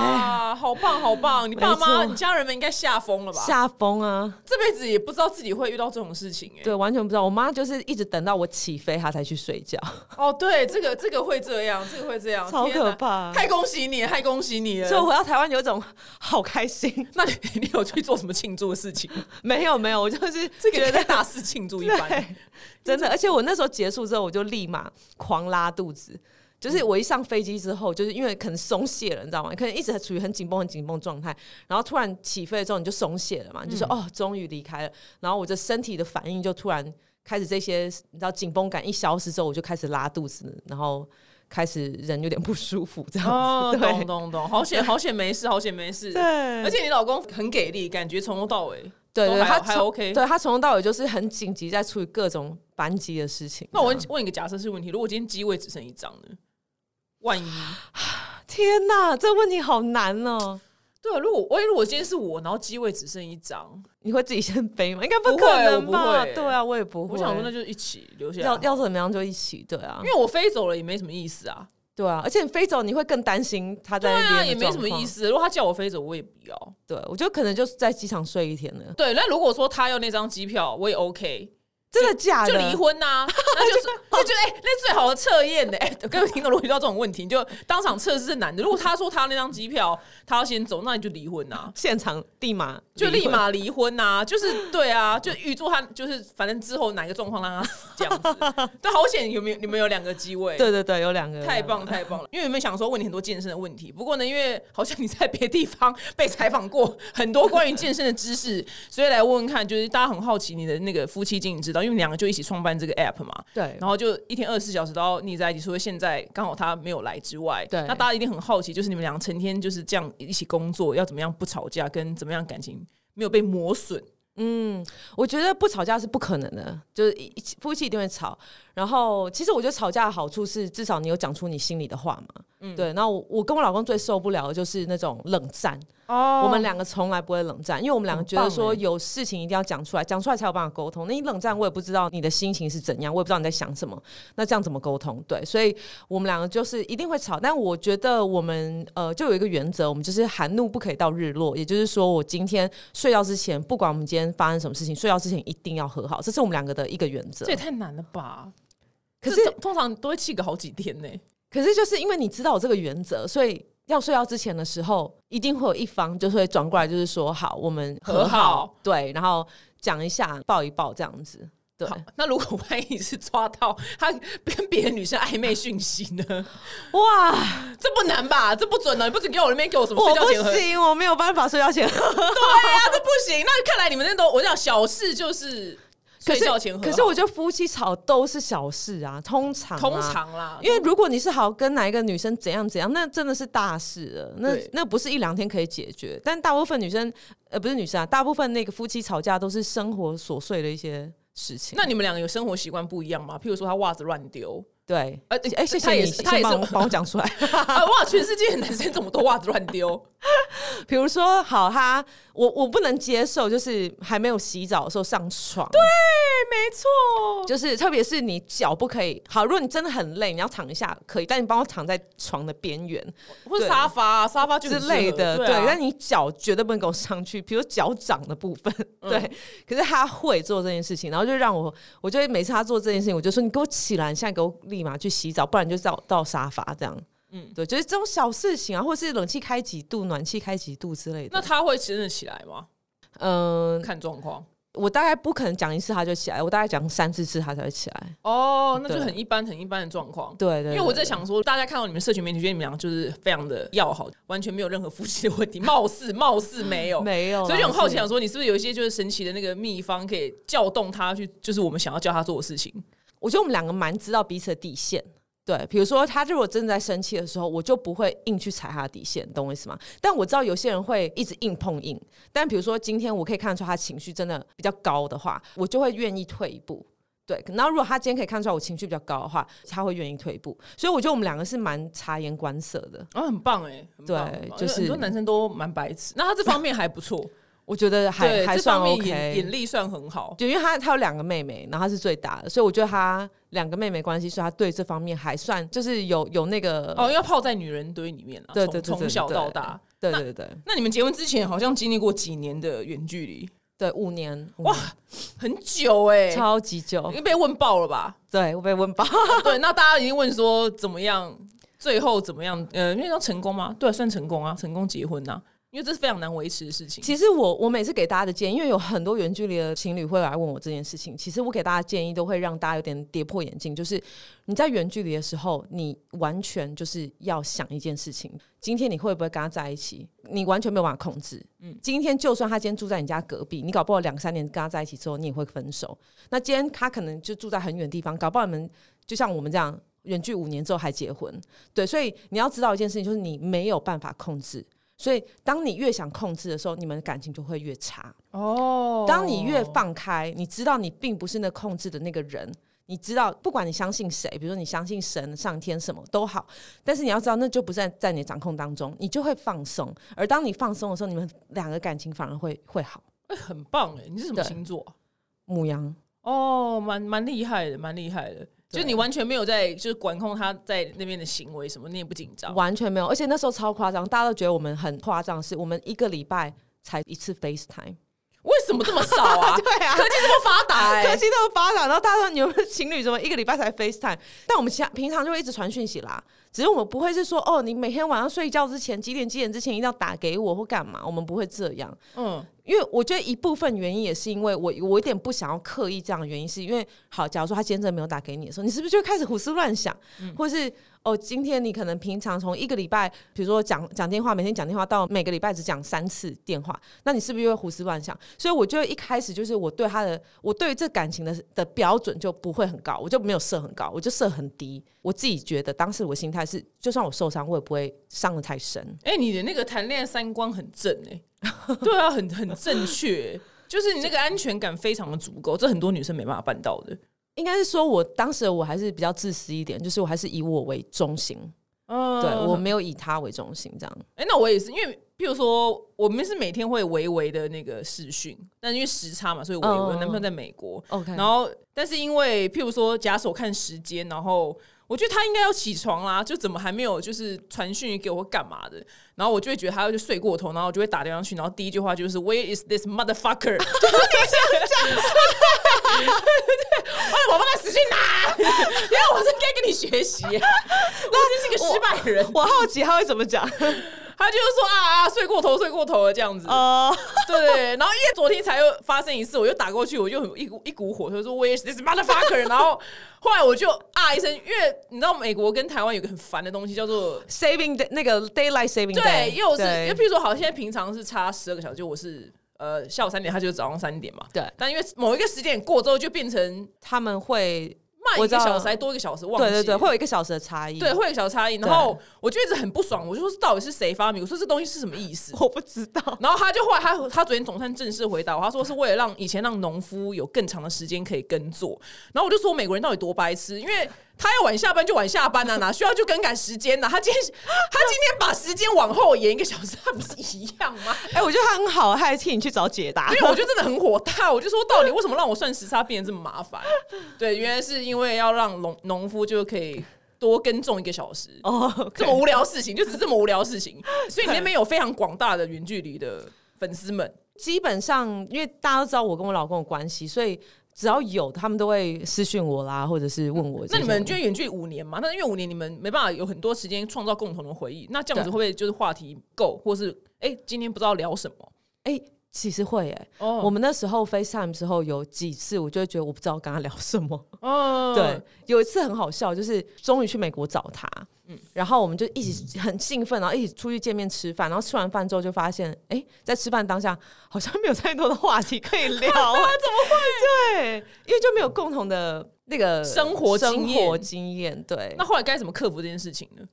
[SPEAKER 1] 好棒，好棒！你
[SPEAKER 3] 没
[SPEAKER 1] 爸妈、
[SPEAKER 3] 错
[SPEAKER 1] 你家人们应该吓疯了吧？
[SPEAKER 3] 下风啊，
[SPEAKER 1] 这辈子也不知道自己会遇到这种事情哎、
[SPEAKER 3] 对，完全不知道。我妈就是一直等到我起飞，她才去睡觉，
[SPEAKER 1] 哦，对，这个这个会这样，这个会这样，
[SPEAKER 3] 超
[SPEAKER 1] 哦天哪
[SPEAKER 3] 可怕
[SPEAKER 1] 太恭喜你，太恭喜你
[SPEAKER 3] 所以我
[SPEAKER 1] 了。
[SPEAKER 3] 回到台湾有一种好开心。
[SPEAKER 1] 那你 你有去做什么庆祝的事情吗？
[SPEAKER 3] 没有没有，我 就是
[SPEAKER 1] 这个
[SPEAKER 3] 觉
[SPEAKER 1] 应该
[SPEAKER 3] 得
[SPEAKER 1] 大肆庆祝一
[SPEAKER 3] 对
[SPEAKER 1] 番。
[SPEAKER 3] 真的，而且我那时候结束之后，我就立马狂拉肚子。
[SPEAKER 1] 嗯
[SPEAKER 3] 就是我一上飞机之后，就是因为可能松懈了，你知道吗？可能一直处于很紧绷、很紧绷的状态，然后突然起飞了之后，你就松懈
[SPEAKER 1] 嗯
[SPEAKER 3] 了嘛，你就说、哦，终于离开了。然后我的身体的反应就突然开始这些，你知道紧绷感一消失之后，我就开始拉肚子，然后开始人有点不舒服这样 子。
[SPEAKER 1] 哦，
[SPEAKER 3] 对
[SPEAKER 1] 懂懂懂，好险好险没事，好险没事。
[SPEAKER 3] 对
[SPEAKER 1] 而且你老公很给力，感觉从头到尾
[SPEAKER 3] 对
[SPEAKER 1] 都
[SPEAKER 3] 对，
[SPEAKER 1] 还
[SPEAKER 3] 他
[SPEAKER 1] 还
[SPEAKER 3] 从
[SPEAKER 1] OK。
[SPEAKER 3] 对他从头到尾就是很紧急在处理各种班机的事情。
[SPEAKER 1] 那我问问一个假设性问题：如果今天机位只剩一张呢？万一
[SPEAKER 3] 天哪，这问题好难哦、
[SPEAKER 1] 对啊，如果万一如果今天是我，然后机位只剩一张，
[SPEAKER 3] 你会自己先飞吗？应该
[SPEAKER 1] 不会
[SPEAKER 3] 可能
[SPEAKER 1] 我
[SPEAKER 3] 吧
[SPEAKER 1] 不？会
[SPEAKER 3] 对啊，我也不会。
[SPEAKER 1] 我想说那就啊一起留下来好
[SPEAKER 3] 要
[SPEAKER 1] 了。
[SPEAKER 3] 要怎么样就一起，对啊
[SPEAKER 1] 因，为我飞走了也没什么意思啊，
[SPEAKER 3] 对啊，而且你飞走你会更担心他在
[SPEAKER 1] 对
[SPEAKER 3] 那边、
[SPEAKER 1] 啊，也没什么意。思。如果他叫我飞走，我也不要。
[SPEAKER 3] 对，我觉得可能就是在机场睡一天了。
[SPEAKER 1] 对，那如果说他要那张机票，我也 OK，
[SPEAKER 3] 真的假的？
[SPEAKER 1] 就离婚 呐、那就是这就哎、那最好的测验呢。哎，各位听众，如果遇到这种问题，你就当场测试是男的。如果他说他那张机票他要先走，那你就离婚呐、
[SPEAKER 3] 现场立马
[SPEAKER 1] 就立
[SPEAKER 3] 离婚
[SPEAKER 1] 马离婚呐、就是对啊， 就预祝他就是反正之后哪个状况让他死这样 子。但好险有没有你们有两个机位，
[SPEAKER 3] 对对对，有两个
[SPEAKER 1] 太棒太棒了！因为有没有想说问你很多健身的问题？不过呢，因为好像你在别的地方被采访过很多关于健身的知识，所以来问问看，就是大家很好奇你的那个夫妻经营之道，因为你们两个就一起创办这个 app 嘛。
[SPEAKER 3] 对
[SPEAKER 1] 然后就一天二十四小时都要腻在一起，除了现在刚好他没有来之外，
[SPEAKER 3] 对
[SPEAKER 1] 那大家一定很好奇，就是你们俩成天就是这样一起工作，要怎么样不吵架，跟怎么样感情没有被磨损。
[SPEAKER 3] 我觉得不吵架是不可能的，就是一一夫妻一定会吵。然后，其实我觉得吵架的好处是，至少你有讲出你心里的话嘛。嗯，对。那我我跟我老公最受不了的就是那种冷战。哦，我们两个从来不会冷战，因为我们两个觉得说
[SPEAKER 1] 很棒欸
[SPEAKER 3] 有事情一定要讲出来，讲出来才有办法沟通。那你冷战，我也不知道你的心情是怎样，我也不知道你在想什么。那这样怎么沟通？对，所以我们两个就是一定会吵，但我觉得我们呃就有一个原则，我们就是含怒不可以到日落，也就是说，我今天睡觉之前，不管我们今天发生什么事情，睡觉之前一定要和好，这是我们两个的一个原则
[SPEAKER 1] 这。也太难了吧！
[SPEAKER 3] 可是
[SPEAKER 1] 这通常都会气个好几天呢、
[SPEAKER 3] 可是就是因为你知道我这个原则，所以。要睡觉之前的时候，一定会有一方就是会转过来，就是说好，我们和好，
[SPEAKER 1] 和好
[SPEAKER 3] 对，然后讲一下，抱一抱这样子，对
[SPEAKER 1] 好，那如果万一是抓到他跟别的女生暧昧讯息 呢？
[SPEAKER 3] 哇，
[SPEAKER 1] 这不难吧？这不准啊呢！你不准给我那边给我什么睡
[SPEAKER 3] 我
[SPEAKER 1] 觉
[SPEAKER 3] 不
[SPEAKER 1] 前喝？对
[SPEAKER 3] 行，我没有办法睡觉前
[SPEAKER 1] 啊，这不行。那看来你们那都我讲小事就是
[SPEAKER 3] 可
[SPEAKER 1] 睡
[SPEAKER 3] 是
[SPEAKER 1] 觉前喝好，
[SPEAKER 3] 可是我觉得夫妻吵都是小事啊，通常、啊、
[SPEAKER 1] 通。常啦，
[SPEAKER 3] 因为如果你是好跟哪一个女生怎样怎样，那真的是大事了，那
[SPEAKER 1] 对
[SPEAKER 3] 那不是一两天可以解决。但大部分女生，呃，不是女生啊，大部分那个夫妻吵架都是生活琐碎的一些事情。
[SPEAKER 1] 那你们两个有生活习惯不一样吗？譬如说他袜子乱丢，
[SPEAKER 3] 对，
[SPEAKER 1] 呃
[SPEAKER 3] 哎、谢
[SPEAKER 1] 他
[SPEAKER 3] 谢
[SPEAKER 1] 也
[SPEAKER 3] 你
[SPEAKER 1] 是他
[SPEAKER 3] 先
[SPEAKER 1] 也是
[SPEAKER 3] 帮我帮我讲出来。
[SPEAKER 1] 啊，哇，全世界的男生怎么都袜子乱丢？
[SPEAKER 3] 比如说，好，他我我不能接受，就是还没有洗澡的时候上床，对，啊
[SPEAKER 1] 没错，
[SPEAKER 3] 就是特别是你脚不可以。好，如果你真的很累，你要躺一下可以，但你帮我躺在床的边缘
[SPEAKER 1] 或者
[SPEAKER 3] 对
[SPEAKER 1] 沙发啊、沙发就
[SPEAKER 3] 之
[SPEAKER 1] 很适合
[SPEAKER 3] 类的，
[SPEAKER 1] 对
[SPEAKER 3] 对。
[SPEAKER 1] 啊，
[SPEAKER 3] 但你脚绝对不能给我上去，比如脚掌的部分，
[SPEAKER 1] 嗯
[SPEAKER 3] 对。可是他会做这件事情，然后就让我，我就会每次他做这件事情，我就说你给我起来，你现在给我立马去洗澡，不然你就到到沙发这样。嗯，对，就是这种小事情啊，或是冷气开几度、暖气开几度之类的
[SPEAKER 1] 那。他会真的起来吗？
[SPEAKER 3] 嗯、
[SPEAKER 1] 看状况
[SPEAKER 3] 我大概不可能讲一次他就起来，我大概讲三四次他才会起来。
[SPEAKER 1] 哦，那就
[SPEAKER 3] 对
[SPEAKER 1] 很一般，很一般的状况。
[SPEAKER 3] 对对
[SPEAKER 1] 因为我在
[SPEAKER 3] 对
[SPEAKER 1] 想说，大家看到你们社群媒体，觉得你们俩就是非常的要好，完全没有任何夫妻的 问题，貌似貌似没有，
[SPEAKER 3] 没有啦
[SPEAKER 1] 所以就很好奇，
[SPEAKER 3] 是
[SPEAKER 1] 想说你是不是有一些就是神奇的那个秘方，可以撬动他去，就是我们想要叫他做的事情。
[SPEAKER 3] 我觉得我们两个蛮知道彼此的底线。对，比如说他如果真的在生气的时候，我就不会硬去踩他的底线，懂我意思吗？但我知道有些人会一直硬碰硬，但比如说今天我可以看得出他情绪真的比较高的话，我就会愿意退一步。对，然后如果他今天可以看出来我情绪比较高的话，他会愿意退一步。所以我觉得我们两个是蛮察言观色的，
[SPEAKER 1] 啊，很棒哎、很棒
[SPEAKER 3] 对
[SPEAKER 1] 很棒
[SPEAKER 3] 就
[SPEAKER 1] 因为很多
[SPEAKER 3] 是
[SPEAKER 1] 男生都蛮白痴，那他这方面还不错，
[SPEAKER 3] 我觉得 还
[SPEAKER 1] 对，
[SPEAKER 3] 还
[SPEAKER 1] 这
[SPEAKER 3] 算
[SPEAKER 1] 方面
[SPEAKER 3] OK，
[SPEAKER 1] 眼眼力算很好。
[SPEAKER 3] 就因为他他有两个妹妹，然后他是最大的，所以我觉得他两个妹妹关系，所以他对这方面还算就是有有那个，
[SPEAKER 1] 哦，要泡在女人堆里面啊，
[SPEAKER 3] 对
[SPEAKER 1] 从
[SPEAKER 3] 对对对
[SPEAKER 1] 从小到大。
[SPEAKER 3] 对对对
[SPEAKER 1] 那你们结婚之前好像经历过几年的远距离，
[SPEAKER 3] 对，五年
[SPEAKER 1] 哇
[SPEAKER 3] 哇，
[SPEAKER 1] 很久哎、欸，
[SPEAKER 3] 超级久
[SPEAKER 1] 因，为被问爆了吧？哦
[SPEAKER 3] 对我被问爆，
[SPEAKER 1] 对，那大家已经问说怎么样，最后怎么样？呃，因为要成功吗？对，算成功啊，成功结婚呐、因为这是非常难维持的事情。
[SPEAKER 3] 其实我我每次给大家的建议，因为有很多远距离的情侣会来问我这件事情，其实我给大家建议都会让大家有点跌破眼镜，就是你在远距离的时候，你完全就是要想一件事情，今天你会不会跟他在一起，你完全没有办法控制。嗯，今天就算他今天住在你家隔壁，你搞不好两三年跟他在一起之后，你也会分手。那今天他可能就住在很远的地方，搞不好你们就像我们这样。远距五年之后还结婚，对，所以你要知道一件事情，就是你没有办法控制，所以，当你越想控制的时候，你们的感情就会越差。
[SPEAKER 1] 哦
[SPEAKER 3] 当你越放开，你知道你并不是那控制的那个人，你知道，不管你相信谁，比如说你相信神、上天什么都好，但是你要知道，那就不在在你的掌控当中，你就会放松。而当你放松的时候，你们两个感情反而会会好。
[SPEAKER 1] 哎很棒哎、你是什么
[SPEAKER 3] 对
[SPEAKER 1] 星座啊、
[SPEAKER 3] 母羊，
[SPEAKER 1] 哦，蛮蛮厉害的，蛮厉害的。就你完全没有在，就是管控他在那边的行为什么，你也不紧张。
[SPEAKER 3] 完全没有，而且那时候超夸张，大家都觉得我们很夸张，是我们一个礼拜才一次 FaceTime。
[SPEAKER 1] 为什么这么少 啊？
[SPEAKER 3] 对 啊，
[SPEAKER 1] 科技这么发达哎、
[SPEAKER 3] 科技那么发达，然后大家说你们情侣怎么一个礼拜才 FaceTime？但我们其他平常就会一直传讯息啦，只是我们不会是说哦，你每天晚上睡觉之前几点几点之前一定要打给我或干嘛，我们不会这样。
[SPEAKER 1] 嗯，
[SPEAKER 3] 因为我觉得一部分原因也是因为我我有点不想要刻意这样的原因，是因为好，假如说他今天真的没有打给你的时候，你是不是就会开始胡思乱想，或是哦，今天你可能平常从一个礼拜，比如说讲讲电话，每天讲电话到每个礼拜只讲三次电话，那你是不是又会胡思乱想？所以我就一开始就是我对他的，我对这感情的的标准就不会很高，我就没有设很高，我就设很低。我自己觉得当时我心态是，就算我受伤，我也不会伤的太深。
[SPEAKER 1] 哎、你的那个谈恋爱三观很正哎、对啊，很很正确欸、就是你那个安全感非常的足够，这很多女生没办法办到的。
[SPEAKER 3] 应该是说我当时我还是比较自私一点，就是我还是以我为中心，
[SPEAKER 1] 嗯，
[SPEAKER 3] 对我没有以他为中心这样。
[SPEAKER 1] 哎、那我也是，因为譬如说，我们是每天会微微的那个视讯，但因为时差嘛，所以微微。
[SPEAKER 3] 嗯
[SPEAKER 1] 我男朋友在美国，
[SPEAKER 3] OK，
[SPEAKER 1] 然后但是因为譬如说，假手看时间，然后我觉得他应该要起床啦，就怎么还没有就是传讯给我干嘛的？然后我就会觉得他就睡过头，然后我就会打电话去，然后第一句话就是 Where is this motherfucker？就是 你想 我把那时间 拿，因为我是该跟你学习， 我真是个失败人。
[SPEAKER 3] 我好奇他会怎么 讲
[SPEAKER 1] 他就是说啊啊，睡过头，睡过头了这样子。
[SPEAKER 3] 哦，
[SPEAKER 1] 对对对，然后因为昨天才又发生一次，我又打过去，我就很一股一股火，就说我也是 this motherfucker。然后后来我就啊一声，因为你知道美国跟台湾有个很烦的东西叫做。
[SPEAKER 3] saving day, 那个 daylight saving
[SPEAKER 1] 对，
[SPEAKER 3] day，
[SPEAKER 1] 因为我是，因
[SPEAKER 3] 对
[SPEAKER 1] 为譬如说，好，现在平常是差十二个小时，就我是呃下午三点，他就是早上三点嘛。
[SPEAKER 3] 对
[SPEAKER 1] 但因为某一个时间过之后，就变成
[SPEAKER 3] 他们会
[SPEAKER 1] 慢一
[SPEAKER 3] 我
[SPEAKER 1] 个
[SPEAKER 3] 知道
[SPEAKER 1] 小时还多一个小时，忘记
[SPEAKER 3] 对对对，
[SPEAKER 1] 了
[SPEAKER 3] 会有一个小时的差异。
[SPEAKER 1] 对，会有个小差异。然后我就一直很不爽，我就说到底是谁发明？我说这东西是什么意思？
[SPEAKER 3] 我不知道。
[SPEAKER 1] 然后他就后来他他昨天总算正式回答我，他说是为了让以前让农夫有更长的时间可以耕作。然后我就说美国人到底多白痴，因为他要晚下班就晚下班啊，哪需要就更改时间呢、啊 他今天他今天把时间往后延一个小时，他不是一样吗？
[SPEAKER 2] 哎、我觉得他很好，他还替你去找解答
[SPEAKER 1] 因。为我就真的很火大，我就说到底为什么让我算时差变得这么麻烦？对，原来是因为要让农农夫就可以多耕种一个小时。
[SPEAKER 2] 哦，
[SPEAKER 1] 这么无聊的事情，就只是这么无聊的事情，所以你那边有非常广大的远距离的粉丝们，
[SPEAKER 3] 基本上，因为大家都知道我跟我老公的关系，所以只要有他们都会私讯我啦，或者是问我这些
[SPEAKER 1] 那
[SPEAKER 3] 问题。
[SPEAKER 1] 你们就远距离五年嘛？那因为五年你们没办法有很多时间创造共同的回忆，那这样子会
[SPEAKER 3] 对
[SPEAKER 1] 不会就是话题够，或是哎、今天不知道聊什么？
[SPEAKER 3] 哎、其实会哎、
[SPEAKER 1] 哦
[SPEAKER 3] 我们那时候 FaceTime 之后有几次，我就会觉得我不知道跟他聊什么。
[SPEAKER 1] 哦
[SPEAKER 3] 对，有一次很好笑，就是终于去美国找他，嗯，然后我们就一起很兴奋，然后一起出去见面吃饭，然后吃完饭之后就发现，哎、在吃饭当下好像没有太多的话题可 以聊、啊，怎么会？对，因为就没有共同的那个
[SPEAKER 1] 生活经
[SPEAKER 3] 生
[SPEAKER 1] 验
[SPEAKER 3] 活经验，对
[SPEAKER 1] 那。后来该怎么克服这件事情呢？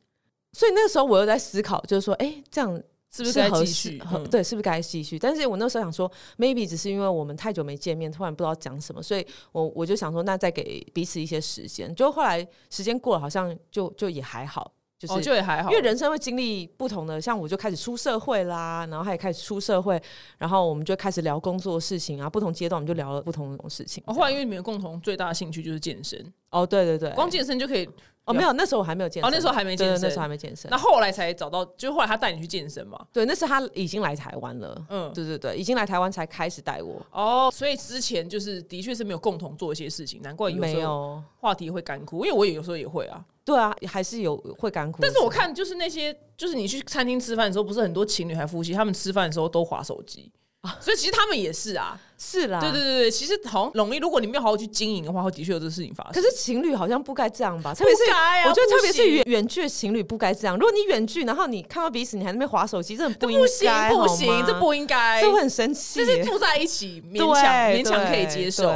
[SPEAKER 3] 所以那个时候我又在思考，就是说，哎、这样
[SPEAKER 1] 是不是该
[SPEAKER 3] 合
[SPEAKER 1] 继
[SPEAKER 3] 适
[SPEAKER 1] 续？
[SPEAKER 3] 合
[SPEAKER 1] 嗯
[SPEAKER 3] 对，是不是该继续？但是我那时候想说，maybe 只是因为我们太久没见面，突然不知道讲什么，所以我我就想说，那再给彼此一些时间。就后来时间过了，好像就就也还好，就是。
[SPEAKER 1] 哦，就也还好，
[SPEAKER 3] 因为人生会经历不同的，像我就开始出社会啦，然后他也开始出社会，然后我们就开始聊工作的事情啊，不同阶段我们就聊了不同的事情。
[SPEAKER 1] 哦，后来因为你们有共同最大的兴趣就是健身，
[SPEAKER 3] 哦，对对对，
[SPEAKER 1] 光健身就可以。
[SPEAKER 3] 哦没有，那时候我还没有健
[SPEAKER 1] 哦
[SPEAKER 3] 身，
[SPEAKER 1] 那时候还没健
[SPEAKER 3] 对对
[SPEAKER 1] 身
[SPEAKER 3] 那时候还没健身
[SPEAKER 1] 那。后来才找到，就后来他带你去健身嘛。
[SPEAKER 3] 对，那是他已经来台湾了，
[SPEAKER 1] 嗯
[SPEAKER 3] 嗯，对对对，已经来台湾才开始带我，
[SPEAKER 1] 哦，所以之前就是的确是没有共同做一些事情，难怪有
[SPEAKER 3] 没
[SPEAKER 1] 时候
[SPEAKER 3] 有。
[SPEAKER 1] 话题会干枯，因为我也有时候也会啊。
[SPEAKER 3] 对啊，还是有会干枯的
[SPEAKER 1] 但
[SPEAKER 3] 时候。
[SPEAKER 1] 是我看就是那些，就是你去餐厅吃饭的时候，不是很多情侣还夫妻，他们吃饭的时候都划手机。
[SPEAKER 3] 啊
[SPEAKER 1] 所以其实他们也是啊，
[SPEAKER 3] 是啦，
[SPEAKER 1] 对对。对对，其实好像容易，如果你没有好好去经营的话，会的确有这个事情发
[SPEAKER 3] 可
[SPEAKER 1] 生。
[SPEAKER 3] 是情侣好像不该这样吧？特别是、
[SPEAKER 1] 不该啊
[SPEAKER 3] 我觉得
[SPEAKER 1] 不行
[SPEAKER 3] 特别是远远距的情侣不该这样。如果你远距，然后你看到彼此，你还在那边划手机，这很
[SPEAKER 1] 这
[SPEAKER 3] 应
[SPEAKER 1] 不行
[SPEAKER 3] 该，
[SPEAKER 1] 不
[SPEAKER 3] 好
[SPEAKER 1] 行，
[SPEAKER 3] 吗
[SPEAKER 1] 这不应该，
[SPEAKER 3] 这会很生气
[SPEAKER 1] 这
[SPEAKER 3] 耶。
[SPEAKER 1] 是住在一起，勉
[SPEAKER 3] 对
[SPEAKER 1] 强勉强可以
[SPEAKER 3] 对
[SPEAKER 1] 接受。
[SPEAKER 3] 对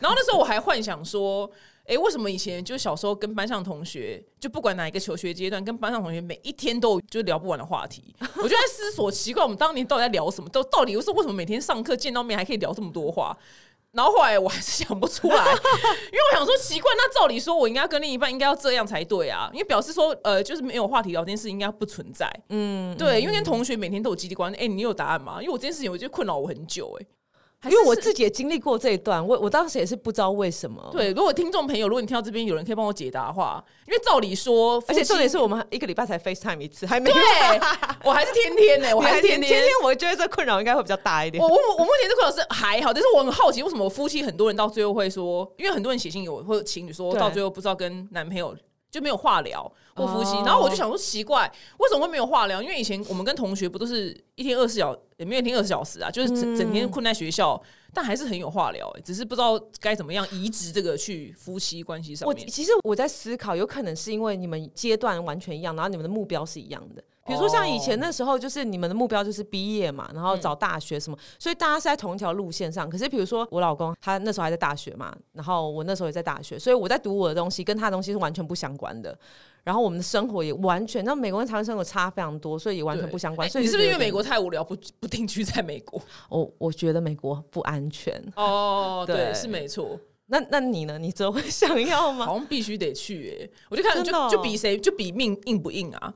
[SPEAKER 1] 然后那时候我还幻想说，诶，为什么以前就小时候跟班上同学，就不管哪一个求学阶段，跟班上同学每一天都有就聊不完的话题。我就在思索，奇怪，我们当年到底在聊什么？都到底又是为什么每天上课见到面还可以聊这么多话？然后后来我还是想不出来，因为我想说奇怪，那照理说我应该跟另一半应该要这样才对啊，因为表示说呃就是没有话题聊这件事应该不存在，嗯，对，因为跟同学每天都有集体关系，哎、你有答案吗？因为我这件事情我就困扰我很久、诶。哎，
[SPEAKER 3] 因为我
[SPEAKER 1] 自。
[SPEAKER 3] 自己也经历过这一段，我我当时也是不知道为什么。，
[SPEAKER 1] 对，如果听众朋友，如果你听到这边有人可以帮我解答的话，因为照理说，
[SPEAKER 3] 而且重点
[SPEAKER 1] 是，
[SPEAKER 3] 是我们一个礼拜才 FaceTime 一次，还没
[SPEAKER 1] 对
[SPEAKER 3] 有。
[SPEAKER 1] 我还是天天呢、我
[SPEAKER 3] 你
[SPEAKER 1] 还是天
[SPEAKER 3] 天
[SPEAKER 1] 天。
[SPEAKER 3] 天，我觉得这困扰应该会比较大一点
[SPEAKER 1] 我。我我目前这个是还好，但是我很好奇，为什么我夫妻很多人到最后会说，因为很多人写信给我，或者情侣说
[SPEAKER 3] 对
[SPEAKER 1] 到最后不知道跟男朋友就没有话聊或夫妻，
[SPEAKER 3] 哦
[SPEAKER 1] 然后我就想说奇怪，为什么会没有话聊？因为以前我们跟同学不都是一天二十小也没有一天二十小时啊，就是
[SPEAKER 3] 嗯
[SPEAKER 1] 整整天困在学校，但还是很有话聊、欸，只是不知道该怎么样移植这个去夫妻关系上
[SPEAKER 3] 我
[SPEAKER 1] 面。
[SPEAKER 3] 其实我在思考，有可能是因为你们阶段完全一样，然后你们的目标是一样的。比如说像以前那时候，就是你们的目标就是毕业嘛，然
[SPEAKER 1] 嗯
[SPEAKER 3] 后找大学什么，所以大家是在同一条路线上。可是比如说我老公，他那时候还在大学嘛，然后我那时候也在大学，所以我在读我的东西，跟他的东西是完全不相关的。然后我们的生活也完全，那美国跟台湾生活差非常多，所以也完全
[SPEAKER 1] 对
[SPEAKER 3] 不相关。
[SPEAKER 1] 哎
[SPEAKER 3] 所以
[SPEAKER 1] 你是不是因为
[SPEAKER 3] 觉得
[SPEAKER 1] 美国太无聊，不不定居在美 国？
[SPEAKER 3] 我我觉得美国不安全。
[SPEAKER 1] 哦， 对，
[SPEAKER 3] 对
[SPEAKER 1] 是没错，
[SPEAKER 3] 那那你呢？你只会想要吗？
[SPEAKER 1] 好像必须得去哎、我就看
[SPEAKER 3] 真
[SPEAKER 1] 就
[SPEAKER 3] 的哦
[SPEAKER 1] 就比谁就比命硬不硬啊？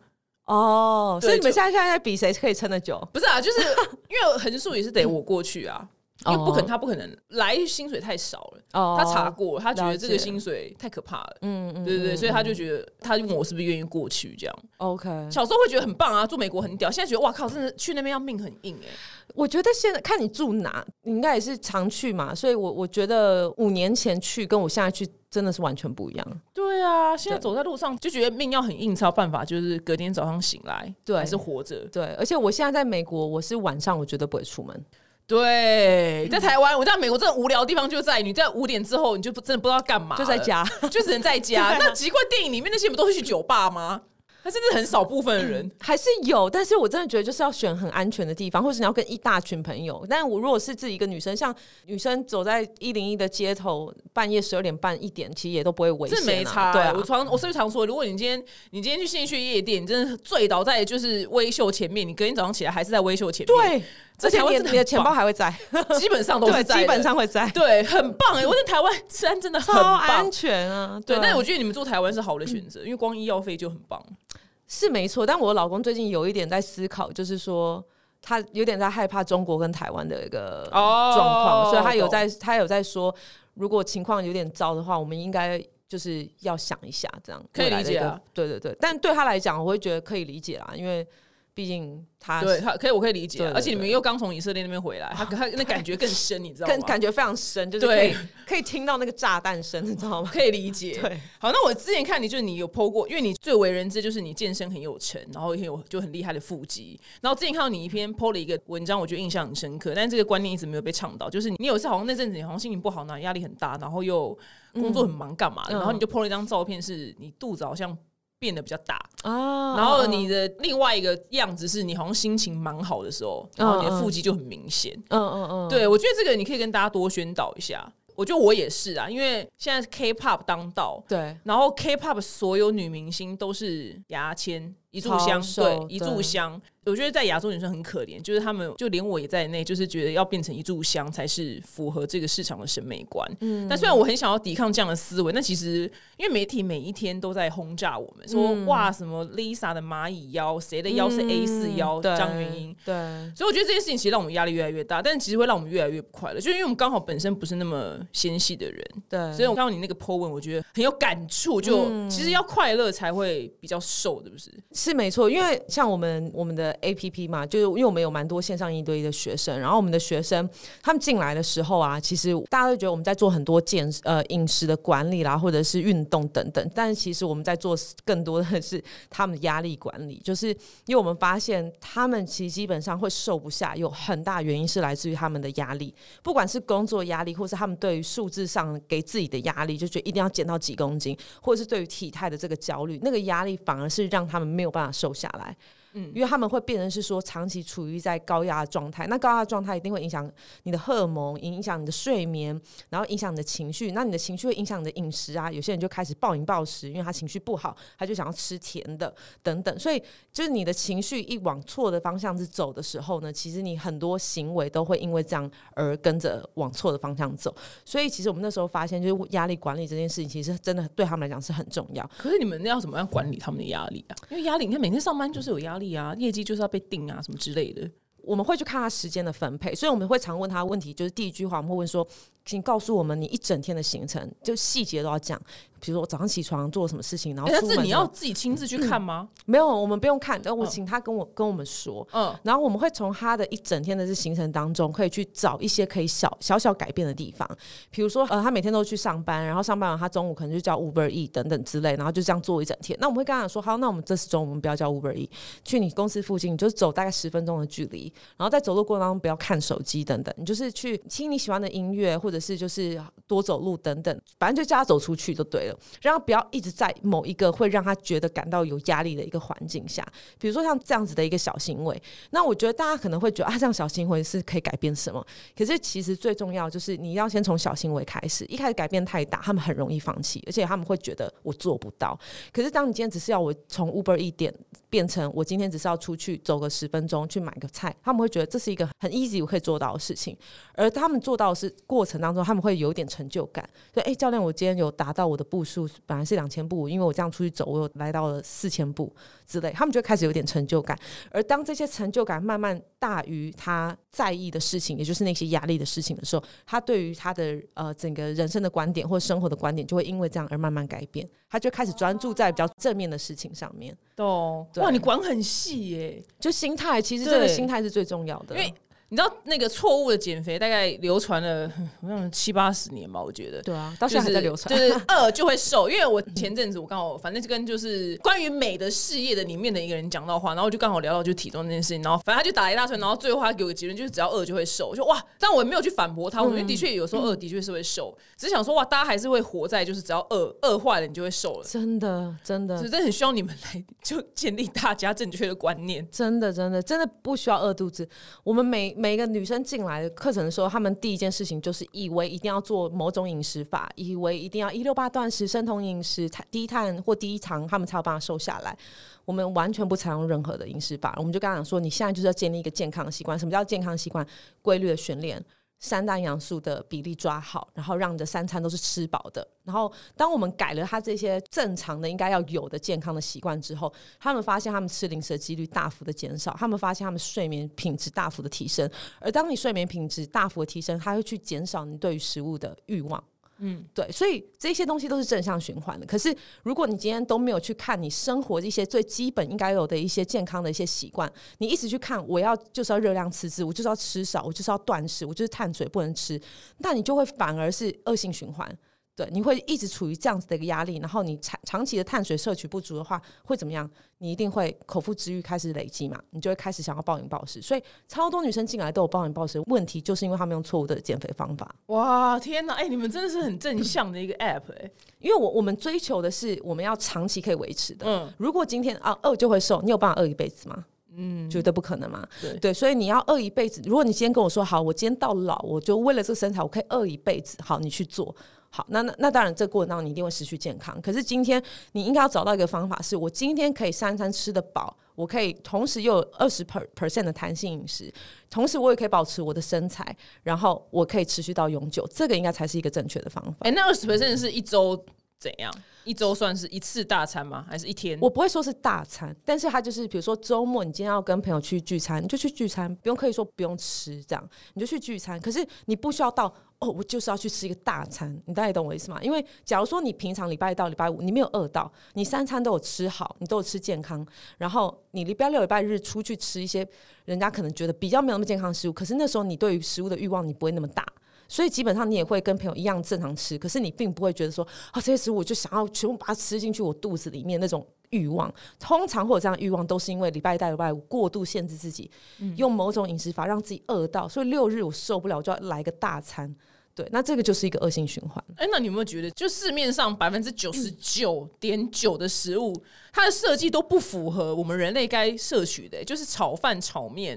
[SPEAKER 3] 哦，所以
[SPEAKER 1] 对
[SPEAKER 3] 你们
[SPEAKER 1] 就
[SPEAKER 3] 现在现在在比谁可以撑得久。
[SPEAKER 1] 不是啊， 就是因为横竖也是得我过去啊，因为不可能
[SPEAKER 3] 哦
[SPEAKER 1] 他不可能来薪水太少了。
[SPEAKER 3] 哦
[SPEAKER 1] 他查过，他觉得
[SPEAKER 3] 了
[SPEAKER 1] 这个
[SPEAKER 3] 解
[SPEAKER 1] 薪水太可怕了，
[SPEAKER 3] 嗯嗯嗯
[SPEAKER 1] 对对对，所以他就觉得，他就问我是不是愿意过去这样。
[SPEAKER 3] ，OK。
[SPEAKER 1] 小时候会觉得很棒啊，住美国很屌，现在觉得哇靠，真的去那边要命很硬哎、
[SPEAKER 3] 我觉得现在看你住哪，你应该也是常去嘛，所以我我觉得五年前去跟我现在去真的是完全不一样。
[SPEAKER 1] 对啊，现在
[SPEAKER 3] 对
[SPEAKER 1] 走在路上就觉得命要很硬才有办法，就是隔天早上醒来
[SPEAKER 3] 对
[SPEAKER 1] 还是活着，
[SPEAKER 3] 对，而且我现在在美国，我是晚上我绝对不会出门。
[SPEAKER 1] 对，
[SPEAKER 3] 嗯
[SPEAKER 1] 在台湾，我在美国真的无聊的地方就在于你在五点之后，你就不真的不知道干嘛，
[SPEAKER 3] 就在，家啊
[SPEAKER 1] 就只能在 家。那奇怪，电影里面那些人不都会去酒吧吗？他真的很少部分的人。
[SPEAKER 3] 还是有，但是我真的觉得就是要选很安全的地方，或是你要跟一大群朋友。但我如果是自己一个女生，像女生走在一零一的街头，半夜十二点半一点，其实也都不会危险、
[SPEAKER 1] 这
[SPEAKER 3] 啊。
[SPEAKER 1] 没差、欸
[SPEAKER 3] 对啊
[SPEAKER 1] 我，常我是不是常说，如果你今天你今天去先去夜店，你真的醉倒在就是微秀前面，你隔天早上起来还是在微秀前面。
[SPEAKER 3] 对，而
[SPEAKER 1] 这
[SPEAKER 3] 且
[SPEAKER 1] 台湾
[SPEAKER 3] 你
[SPEAKER 1] 真的
[SPEAKER 3] 你的
[SPEAKER 1] 很
[SPEAKER 3] 钱包
[SPEAKER 1] 棒
[SPEAKER 3] 还会在，
[SPEAKER 1] 基本上都
[SPEAKER 3] 对，
[SPEAKER 1] 是在的
[SPEAKER 3] 基本上会 在，
[SPEAKER 1] 对，很棒哎、我觉得台湾治安真的很
[SPEAKER 3] 超安
[SPEAKER 1] 棒。
[SPEAKER 3] 全啊。
[SPEAKER 1] 对，但
[SPEAKER 3] 我。
[SPEAKER 1] 我觉得你们做台湾是好的选择，因为光医药费就很棒。
[SPEAKER 3] 嗯是没错，但我老公最近有一点在思考，就是说他有点在害怕中国跟台湾的一个
[SPEAKER 1] 哦
[SPEAKER 3] 状况，所以他有
[SPEAKER 1] 懂
[SPEAKER 3] 在他有在说，如果情况有点糟的话，我们应该就是要想一下这样。
[SPEAKER 1] 可以
[SPEAKER 3] 未来的一个
[SPEAKER 1] 理解啊，
[SPEAKER 3] 对对对，但对他来讲，我会觉得可以理解啦，因为毕竟他
[SPEAKER 1] 对，他可以，我可以理解啊。
[SPEAKER 3] 对对哦
[SPEAKER 1] 而且你们又刚从以色列那边回来，他他那感觉更深，你知道吗
[SPEAKER 3] 更？感觉非常深，就是可
[SPEAKER 1] 对
[SPEAKER 3] 以可以听到那个炸弹声，你知 道吗？
[SPEAKER 1] 可以理解。
[SPEAKER 3] 对，
[SPEAKER 1] 好，那我之前看你，就是你有 PO 过，因为你最为人知就是你健身很有成，然后也很有就很厉害的腹肌。然后之前看到你一篇 PO 了一个文章，我觉得印象很深刻，但是这个观念一直没有被倡导。就是你有一次好像那阵子你好像心情不好，然后压力很大，然后又工作很忙干嘛的，
[SPEAKER 3] 嗯
[SPEAKER 1] 然后你就 PO 了一张照片，是你肚子好像变得比较大，
[SPEAKER 3] 啊
[SPEAKER 1] 然后你的另外一个样子是你好像心情蛮好的时候，然后你的腹肌就很明显。
[SPEAKER 3] 嗯嗯嗯，
[SPEAKER 1] 对，我觉得这个你可以跟大家多宣导一下。我觉得我也是啊，因为现在 K-pop 当道，
[SPEAKER 3] 对
[SPEAKER 1] 然后 K-pop 所有女明星都是牙签一炷
[SPEAKER 3] 超
[SPEAKER 1] 香，
[SPEAKER 3] 瘦
[SPEAKER 1] 对一
[SPEAKER 3] 对
[SPEAKER 1] 炷香。我觉得在亚洲女生很可怜，就是她们就连我也在内，就是觉得要变成一炷香才是符合这个市场的审美观。嗯，但虽然我很想要抵抗这样的思维，那其实因为媒体每一天都在轰炸我们，说、
[SPEAKER 3] 嗯
[SPEAKER 1] 哇什么 Lisa 的蚂蚁腰，谁的腰是 A 四腰，
[SPEAKER 3] 嗯对
[SPEAKER 1] 张元英。
[SPEAKER 3] 对
[SPEAKER 1] 所以我觉得这件事情其实让我们压力越来越大，但其实会让我们越来越不快乐，就因为我们刚好本身不是那么纤细的人，
[SPEAKER 3] 对，
[SPEAKER 1] 所以我看到你那个 po 文，我觉得很有感触。就、
[SPEAKER 3] 嗯
[SPEAKER 1] 其实要快乐才会比较瘦，是不是？
[SPEAKER 3] 是没错，因为像我们我们的 A P P 嘛，就是因为我们有蛮多线上一对一的学生，然后我们的学生他们进来的时候啊，其实大家都觉得我们在做很多健呃饮食的管理啦，或者是运动等等，但其实我们在做更多的是他们的压力管理，就是因为我们发现他们其实基本上会瘦不下，有很大原因是来自于他们的压力，不管是工作压力，或是他们对于数字上给自己的压力，就觉得一定要减到几公斤，或者是对于体态的这个焦虑，那个压力反而是让他们没有办法瘦下来。嗯，因为他们会变成是说长期处于在高压的状态，那高压的状态一定会影响你的荷尔蒙，影响你的睡眠，然后影响你的情绪。那你的情绪会影响你的饮食啊，有些人就开始暴饮暴食，因为他情绪不好，他就想要吃甜的等等。所以就是你的情绪一往错的方向子走的时候呢，其实你很多行为都会因为这样而跟着往错的方向走。所以其实我们那时候发现，就是压力管理这件事情，其实真的对他们来讲是很重要。
[SPEAKER 1] 可是你们要怎么样管理他们的压力啊？因为压力，你看每天上班就是有压力啊，业绩就是要被定啊，什么之类的。
[SPEAKER 3] 我们会去看他时间的分配，所以我们会常问他问题，就是第一句话我们会问说，请告诉我们你一整天的行程，就细节都要讲，比如说我早上起床做什么事情，然后
[SPEAKER 1] 哎、但
[SPEAKER 3] 出门啊嗯
[SPEAKER 1] 是你
[SPEAKER 3] 什么
[SPEAKER 1] 要自己亲自去看吗？
[SPEAKER 3] 没有，我们不用看，但我
[SPEAKER 1] 嗯
[SPEAKER 3] 请他跟我、跟我们说，
[SPEAKER 1] 嗯，
[SPEAKER 3] 然后我们会从他的一整天的这行程当中，可以去找一些可以小小小改变的地方，比如说呃，他每天都去上班，然后上班完他中午可能就叫 Uber E 等等之类，然后就这样做一整天。那我们会跟他讲说，好，那我们这次中午我们不要叫 Uber E，去你公司附近，你就走大概十分钟的距离，然后在走路过程当中不要看手机等等，你就是去听你喜欢的音乐，或者是就是多走路等等，反正就叫他走出去就对了，让他不要一直在某一个会让他觉得感到有压力的一个环境下，比如说像这样子的一个小行为。那我觉得大家可能会觉得啊，这样小行为是可以改变什么？可是其实最重要就是你要先从小行为开始，一开始改变太大，他们很容易放弃，而且他们会觉得我做不到。可是当你今天只是要我从 Uber 一点变成我今天只是要出去走个十分钟去买个菜，他们会觉得这是一个很 easy 我可以做到的事情，而他们做到的是过程当中他们会有一点成就感，所以哎、诶教练，我今天有达到我的步数，本来是两千步，因为我这样出去走，我有来到了四千步之类，他们就会开始有点成就感。而当这些成就感慢慢大于他在意的事情，也就是那些压力的事情的时候，他对于他的呃整个人生的观点或生活的观点，就会因为这样而慢慢改变。他就开始专注在比较正面的事情上面。
[SPEAKER 1] 懂。
[SPEAKER 3] 对
[SPEAKER 1] 哇，你管很细耶、
[SPEAKER 3] 就心态，其实真的
[SPEAKER 1] 对
[SPEAKER 3] 心态是最重要的。
[SPEAKER 1] 因为你知道那个错误的减肥大概流传了好像七八十年吧，我觉得。
[SPEAKER 3] 对啊，到现在还在流 传。
[SPEAKER 1] 就是就是饿就会瘦。因为我前阵子我刚好，反正就跟就是呃关于美的事业的里面的一个人讲到话，然后我就刚好聊到就体重这件事情，然后反正他就打了一大串，然后最后他给我个结论就是只要饿就会瘦，我就哇，但我也没有去反驳他，我觉得的确有时候饿的确是会瘦，只是想说哇，大家还是会活在就是只要饿饿坏了你就会瘦了，
[SPEAKER 3] 真的，真
[SPEAKER 1] 所
[SPEAKER 3] 的
[SPEAKER 1] 以，真的很需要你们来就建立大家正确的观念。
[SPEAKER 3] 真的，真的，真的不需要饿肚子。我们每每一个女生进来的课程的时候，她们第一件事情就是以为一定要做某种饮食法，以为一定要一六八断食、生酮饮食、碳低碳或低糖，她们才有办法瘦下来。我们完全不采用任何的饮食法，我们就跟她讲说，你现在就是要建立一个健康的习惯。什么叫健康习惯？规律的训练。三大营养素的比例抓好，然后让你的三餐都是吃饱的。然后，当我们改了他这些正常的应该要有的健康的习惯之后，他们发现他们吃零食的几率大幅的减少，他们发现他们睡眠品质大幅的提升。而当你睡眠品质大幅的提升，它会去减少你对于食物的欲望。嗯，对，所以这些东西都是正向循环的。可是，如果你今天都没有去看你生活一些最基本应该有的一些健康的一些习惯，你一直去看，我要就是要热量赤字，我就是要吃少，我就是要断食，我就是碳水不能吃，那你就会反而是恶性循环。对，你会一直处于这样子的一个压力，然后你长长期的碳水摄取不足的话，会怎么样？你一定会口腹之欲开始累积嘛，你就会开始想要暴饮暴食。所以超多女生进来都有暴饮暴食的问题，就是因为她们用错误的减肥方法。
[SPEAKER 1] 哇，天哪！哎、你们真的是很正向的一个 app 哎、
[SPEAKER 3] 因为我我们追求的是我们要长期可以维持的。
[SPEAKER 1] 嗯
[SPEAKER 3] 如果今天啊饿就会瘦，你有办法饿一辈子吗？嗯，绝对不可能嘛。
[SPEAKER 1] 对
[SPEAKER 3] 所以你要饿一辈子。如果你今天跟我说好，我今天到老，我就为了这个身材，我可以饿一辈子。好，你去做。好，那那那当然，这个过程当中你一定会失去健康。可是今天你应该要找到一个方法，是我今天可以三餐吃得饱，我可以同时又有二十 per percent 的弹性饮食，同时我也可以保持我的身材，然后我可以持续到永久。这个应该才是一个正确的方法。
[SPEAKER 1] 哎、那二十 percent 是一周怎样？一周算是一次大餐吗？还是一天？
[SPEAKER 3] 我不会说是大餐，但是它就是比如说周末你今天要跟朋友去聚餐，你就去聚餐，不用可以说不用吃这样，你就去聚餐。可是你不需要到哦，我就是要去吃一个大餐，你大概懂我意思吗？因为假如说你平常礼拜一到礼拜五你没有饿到，你三餐都有吃好，你都有吃健康，然后你礼拜六、礼拜日出去吃一些人家可能觉得比较没有那么健康的食物，可是那时候你对于食物的欲望你不会那么大。所以基本上你也会跟朋友一样正常吃，可是你并不会觉得说啊这些食物我就想要全部把它吃进去我肚子里面那种欲望。通常会有这样的欲望，都是因为礼拜一到礼拜五过度限制自己，用某种饮食法让自己饿到，所以六日我受不了，我就要来个大餐。对，那这个就是一个恶性循环。
[SPEAKER 1] 哎、那你有没有觉得，就市面上百分之九十九点九的食物，它的设计都不符合我们人类该摄取的、就是炒饭、炒面、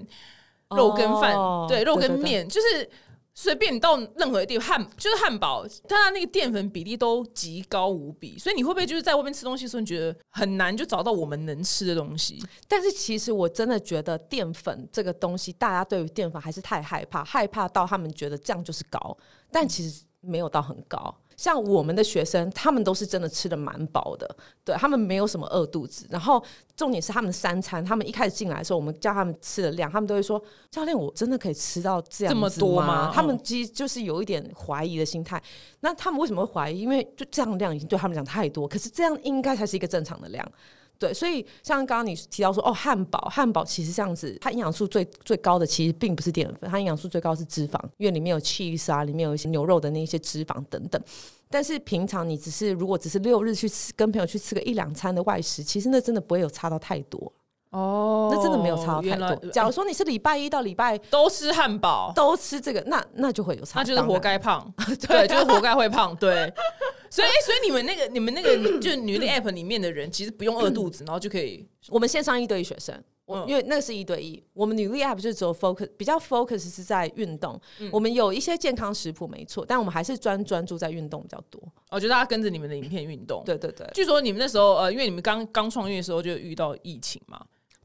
[SPEAKER 1] 肉跟饭、
[SPEAKER 3] 哦
[SPEAKER 1] 对，肉跟
[SPEAKER 3] 对对对
[SPEAKER 1] 面，就是随便你到任何地方，汉就是汉堡，它那个淀粉比例都极高无比，所以你会不会就是在外面吃东西的时候，你觉得很难就找到我们能吃的东西？
[SPEAKER 3] 但是其实我真的觉得淀粉这个东西，大家对于淀粉还是太害怕，害怕到他们觉得这样就是高，但其实没有到很高。像我们的学生，他们都是真的吃的蛮饱的，对他们没有什么饿肚子。然后重点是他们三餐，他们一开始进来的时候，我们叫他们吃的量，他们都会说：“教练，我真的可以吃到这样
[SPEAKER 1] 这么
[SPEAKER 3] 子
[SPEAKER 1] 多吗嗯？”
[SPEAKER 3] 吗他们其实就是有一点怀疑的心态。那他们为什么会怀疑？因为就这样的量已经对他们讲太多，可是这样应该才是一个正常的量。对，所以像刚刚你提到说，哦，汉堡，汉堡其实这样子，它营养素最最高的其实并不是淀粉，它营养素最高是脂肪，因为里面有 cheese 啊，里面有一些牛肉的那些脂肪等等。但是平常你只是如果只是六日去吃，跟朋友去吃个一两餐的外食，其实那真的不会有差到太多，
[SPEAKER 1] 哦
[SPEAKER 3] 那真的没有差到太多。假如说你是礼拜一到礼拜
[SPEAKER 1] 都吃汉堡，
[SPEAKER 3] 都吃这个，那那就会有差，
[SPEAKER 1] 那就是活
[SPEAKER 3] 当然。
[SPEAKER 1] 该 胖，对，就是活该会胖，对。所以，所以你们那个、你们那个，就是女 力 app 里面的人，其实不用饿肚子，然后就可以。
[SPEAKER 3] 我们线上一对一学生，我、
[SPEAKER 1] 嗯
[SPEAKER 3] 因为那个是一对一，我们女力 app 就只有 focus 比较 focus 是在运动，
[SPEAKER 1] 嗯
[SPEAKER 3] 我们有一些健康食谱没错，但我们还是专专注在运动比较多。
[SPEAKER 1] 我哦觉得大家跟着你们的影片运动。，
[SPEAKER 3] 对对对，
[SPEAKER 1] 据说你们那时候呃，因为你们刚刚创业的时候就遇到疫情嘛，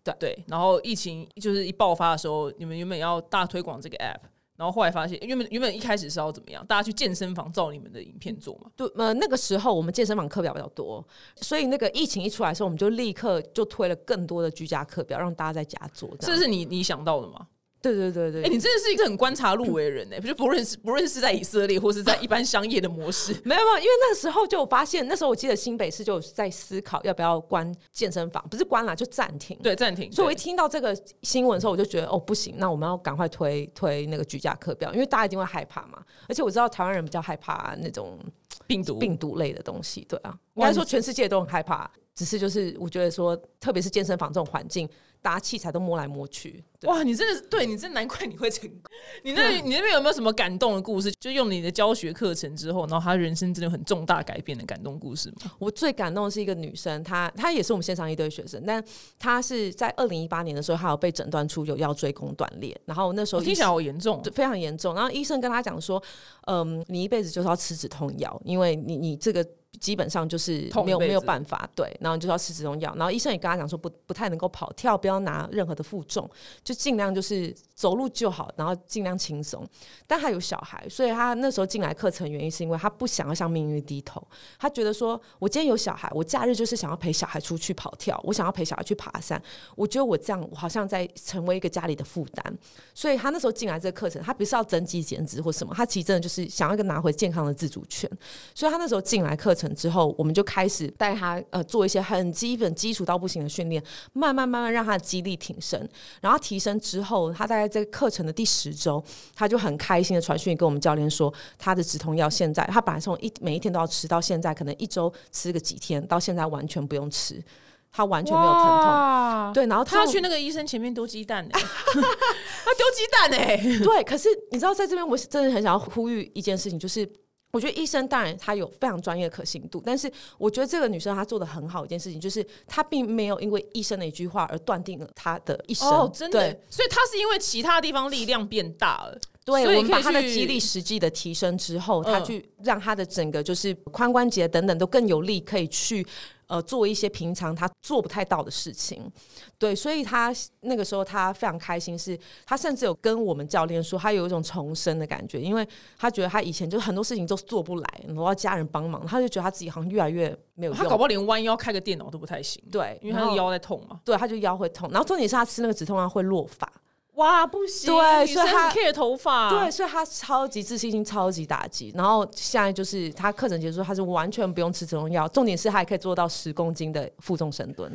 [SPEAKER 3] 对
[SPEAKER 1] 对，然后疫情就是一爆发的时候，你们原本要大推广这个 app，然后后来发现原本原本一开始是要怎么样，大家去健身房照你们的影片做嘛。
[SPEAKER 3] 对，呃，那个时候我们健身房课表比较多，所以那个疫情一出来的时候，我们就立刻就推了更多的居家课表，让大家在家做。这
[SPEAKER 1] 这
[SPEAKER 3] 样，
[SPEAKER 1] 是你你想到的吗？
[SPEAKER 3] 对对对啊对
[SPEAKER 1] 哎、你真的是一个很观察入围的人哎、就不论是不论是在以色列或是在一般商业的模式，
[SPEAKER 3] 没有没有，因为那时候就有发现，那时候我记得新北市就有在思考要不要关健身房，不是关啦，就暂停。
[SPEAKER 1] 对，暂停。
[SPEAKER 3] 所以我
[SPEAKER 1] 对
[SPEAKER 3] 一听到这个新闻的时候，我就觉得哦不行，那我们要赶快推推那个居家课表，因为大家一定会害怕嘛。而且我知道台湾人比较害怕那种
[SPEAKER 1] 病毒
[SPEAKER 3] 病毒类的东西，对啊，应
[SPEAKER 1] 哇
[SPEAKER 3] 该说全世界都很害怕。只是就是我觉得说，特别是健身房这种环境，大家器材都摸来摸去，对
[SPEAKER 1] 哇，你真的是对你真难怪你会成功。你那里你那边有没有什么感动的故事？就用你的教学课程之后，然后他人生真的有很重大改变的感动故事吗？
[SPEAKER 3] 我最感动的是一个女生，她她也是我们线上一对学生，但她是在二零一八年的时候，她有被诊断出有腰椎弓断裂，然后那时候
[SPEAKER 1] 我听
[SPEAKER 3] 医
[SPEAKER 1] 起来好严重哦、
[SPEAKER 3] 对非常严重。然后医生跟她讲说，嗯，你一辈子就是要吃止痛药，因为你你这个基本上就是
[SPEAKER 1] 痛一
[SPEAKER 3] 没有
[SPEAKER 1] 辈子
[SPEAKER 3] 没有办法对，然后你就是要吃止痛药。然后医生也跟她讲说不，不太能够跑跳，不要拿任何的负重，就尽量就是走路就好，然后尽量轻松。但她有小孩，所以她那时候进来课程原因是因为她不想要向命运低头，她觉得说我今天有小孩，我假日就是想要陪小孩出去跑跳，我想要陪小孩去爬山，我觉得我这样我好像在成为一个家里的负担。所以他那时候进来这个课程，他不是要增肌减脂或什么，他其实真的就是想要一个拿回健康的自主权。所以他那时候进来课程之后，我们就开始带他呃做一些很基本、基础到不行的训练，慢慢慢慢让他的肌力挺升。然后提升之后，他大概在课程的第十周，他就很开心的传讯跟我们教练说，他的止痛药现在他本来从一每一天都要吃，到现在可能一周吃个几天，到现在完全不用吃，他完全没有疼痛。
[SPEAKER 1] 哇，
[SPEAKER 3] 对，然后
[SPEAKER 1] 他
[SPEAKER 3] 这种
[SPEAKER 1] 去那个医生前面丢鸡蛋、欸， 他丢鸡蛋哎、
[SPEAKER 3] 对，可是你知道，在这边我是真的很想要呼吁一件事情，就是。我觉得医生当然他有非常专业的可信度，但是我觉得这个女生她做的很好一件事情，就是她并没有因为医生的一句话而断定了她的一生。
[SPEAKER 1] 哦，真的
[SPEAKER 3] 对，，
[SPEAKER 1] 所以他是因为其他地方力量变大了，
[SPEAKER 3] 对
[SPEAKER 1] 所以
[SPEAKER 3] 我们
[SPEAKER 1] 可以
[SPEAKER 3] 把她的
[SPEAKER 1] 去
[SPEAKER 3] 肌力实际的提升之后，她
[SPEAKER 1] 嗯
[SPEAKER 3] 去让她的整个就是髋关节等等都更有力，可以去呃做一些平常她做不太到的事情。对，所以她那个时候她非常开心是，她甚至有跟我们教练说，她有一种重生的感觉，因为她觉得她以前就很多事情都做不来，然后要家人帮忙，她就觉得她自己好像越来越没有
[SPEAKER 1] 他搞
[SPEAKER 3] 用。
[SPEAKER 1] 不好连弯腰开个电脑都不太行，
[SPEAKER 3] 对，
[SPEAKER 1] 因为他
[SPEAKER 3] 然
[SPEAKER 1] 的
[SPEAKER 3] 后
[SPEAKER 1] 腰在痛嘛。
[SPEAKER 3] 对，她就腰会痛，然后重点是她吃那个止痛药会落发。
[SPEAKER 1] 哇，不行女
[SPEAKER 3] 对
[SPEAKER 1] 生
[SPEAKER 3] 所以他
[SPEAKER 1] 很 care 头发，
[SPEAKER 3] 对，，所以他超级自信心超级打击，然后现在就是他课程结束，他是完全不用吃止痛药，重点是他还可以做到十公斤的负重深蹲。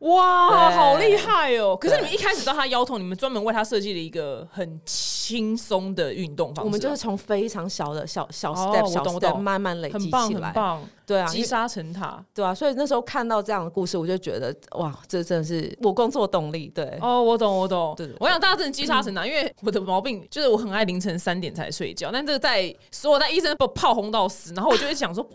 [SPEAKER 1] 哇，
[SPEAKER 3] 对
[SPEAKER 1] 好厉害哦！可是你们一开始知道他腰痛，你们专门为他设计了一个很轻松的运动方式哦，
[SPEAKER 3] 我们就是从非常小的小小
[SPEAKER 1] 哦
[SPEAKER 3] step、
[SPEAKER 1] 我
[SPEAKER 3] 小
[SPEAKER 1] 懂我
[SPEAKER 3] step
[SPEAKER 1] 懂
[SPEAKER 3] 慢慢累积
[SPEAKER 1] 很棒
[SPEAKER 3] 起
[SPEAKER 1] 很
[SPEAKER 3] 来，
[SPEAKER 1] 棒，
[SPEAKER 3] 对啊，因
[SPEAKER 1] 积
[SPEAKER 3] 为
[SPEAKER 1] 沙成塔。
[SPEAKER 3] 对啊，所以那时候看到这样的故事，我就觉得哇，这真的是我工作动力。对，
[SPEAKER 1] 哦，我懂，我懂。
[SPEAKER 3] 对对对嗯
[SPEAKER 1] 我想大家真的积沙成塔，啊因为我的毛病就是我很爱凌晨三点才睡觉，但这个在所有在医生被我炮轰到死，然后我就会想说。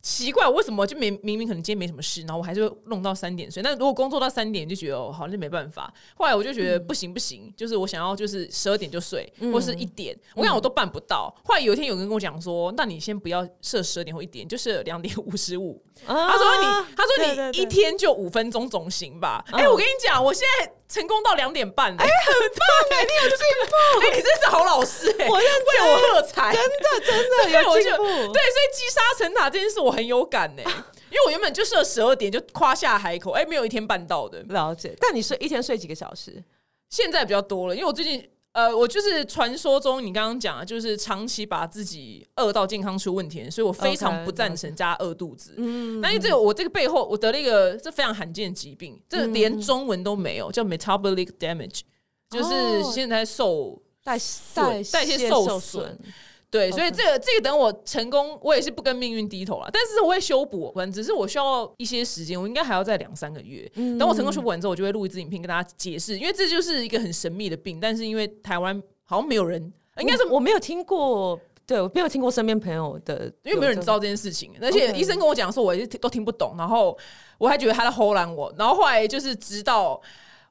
[SPEAKER 1] 奇怪，我为什么就明明明可能今天没什么事，然后我还是会弄到三点睡？那如果工作到三点，就觉得哦，好像没办法。后来我就觉
[SPEAKER 3] 嗯
[SPEAKER 1] 得不行不行，就是我想要就是十二点就睡，或是
[SPEAKER 3] 嗯
[SPEAKER 1] 一点，我想我都办不到。后来有一天有人跟我讲说，那你先不要设十二点或一点，就设两点五十五，他
[SPEAKER 3] 他
[SPEAKER 1] 说你，他
[SPEAKER 3] 啊对
[SPEAKER 1] 说
[SPEAKER 3] 对嗯
[SPEAKER 1] 你
[SPEAKER 3] 对
[SPEAKER 1] 一天就五分钟总行吧？哎、我跟你讲，我现在成功到两点半、哎、很棒、哎，你有进步，哎、你真是好老师、哎，
[SPEAKER 3] 我认
[SPEAKER 1] 为我喝彩，
[SPEAKER 3] 真的真的
[SPEAKER 1] 对，我
[SPEAKER 3] 有
[SPEAKER 1] 就
[SPEAKER 3] 进
[SPEAKER 1] 对，所以
[SPEAKER 3] 步。
[SPEAKER 1] 积沙成塔这件事我很有感哎、因为我原本就设十二点就夸下海口，哎、没有一天办到的，
[SPEAKER 3] 了解，但你睡一天睡几个小时？
[SPEAKER 1] 现在比较多了，因为我最近。呃，我就是传说中你刚刚讲的，就是长期把自己饿到健康出问题，所以我非常
[SPEAKER 3] OK，
[SPEAKER 1] 不赞成加饿肚子。嗯，那因为这个我这个背后我得了一个这非常罕见的疾病，这连中文都没有，叫 metabolic damage，就是
[SPEAKER 3] 哦
[SPEAKER 1] 现在受
[SPEAKER 3] 代
[SPEAKER 1] 代代谢受损，对，所以这个这个等我成功，我也是不跟命运低头了，但是我会修补完，只是我需要一些时间，我应该还要再两三个月。等我成功修补完之后，我就会录一支影片跟大家解释，因为这就是一个很神秘的病，但是因为台湾好像没有人，应该是
[SPEAKER 3] 我我没有听过，对我没有听过身边朋友的，
[SPEAKER 1] 因为没有人知道这件事情，而且
[SPEAKER 3] OK
[SPEAKER 1] 医生跟我讲的时候，我也是都听不懂，然后我还觉得他在吼懒我，然后后来就是直到。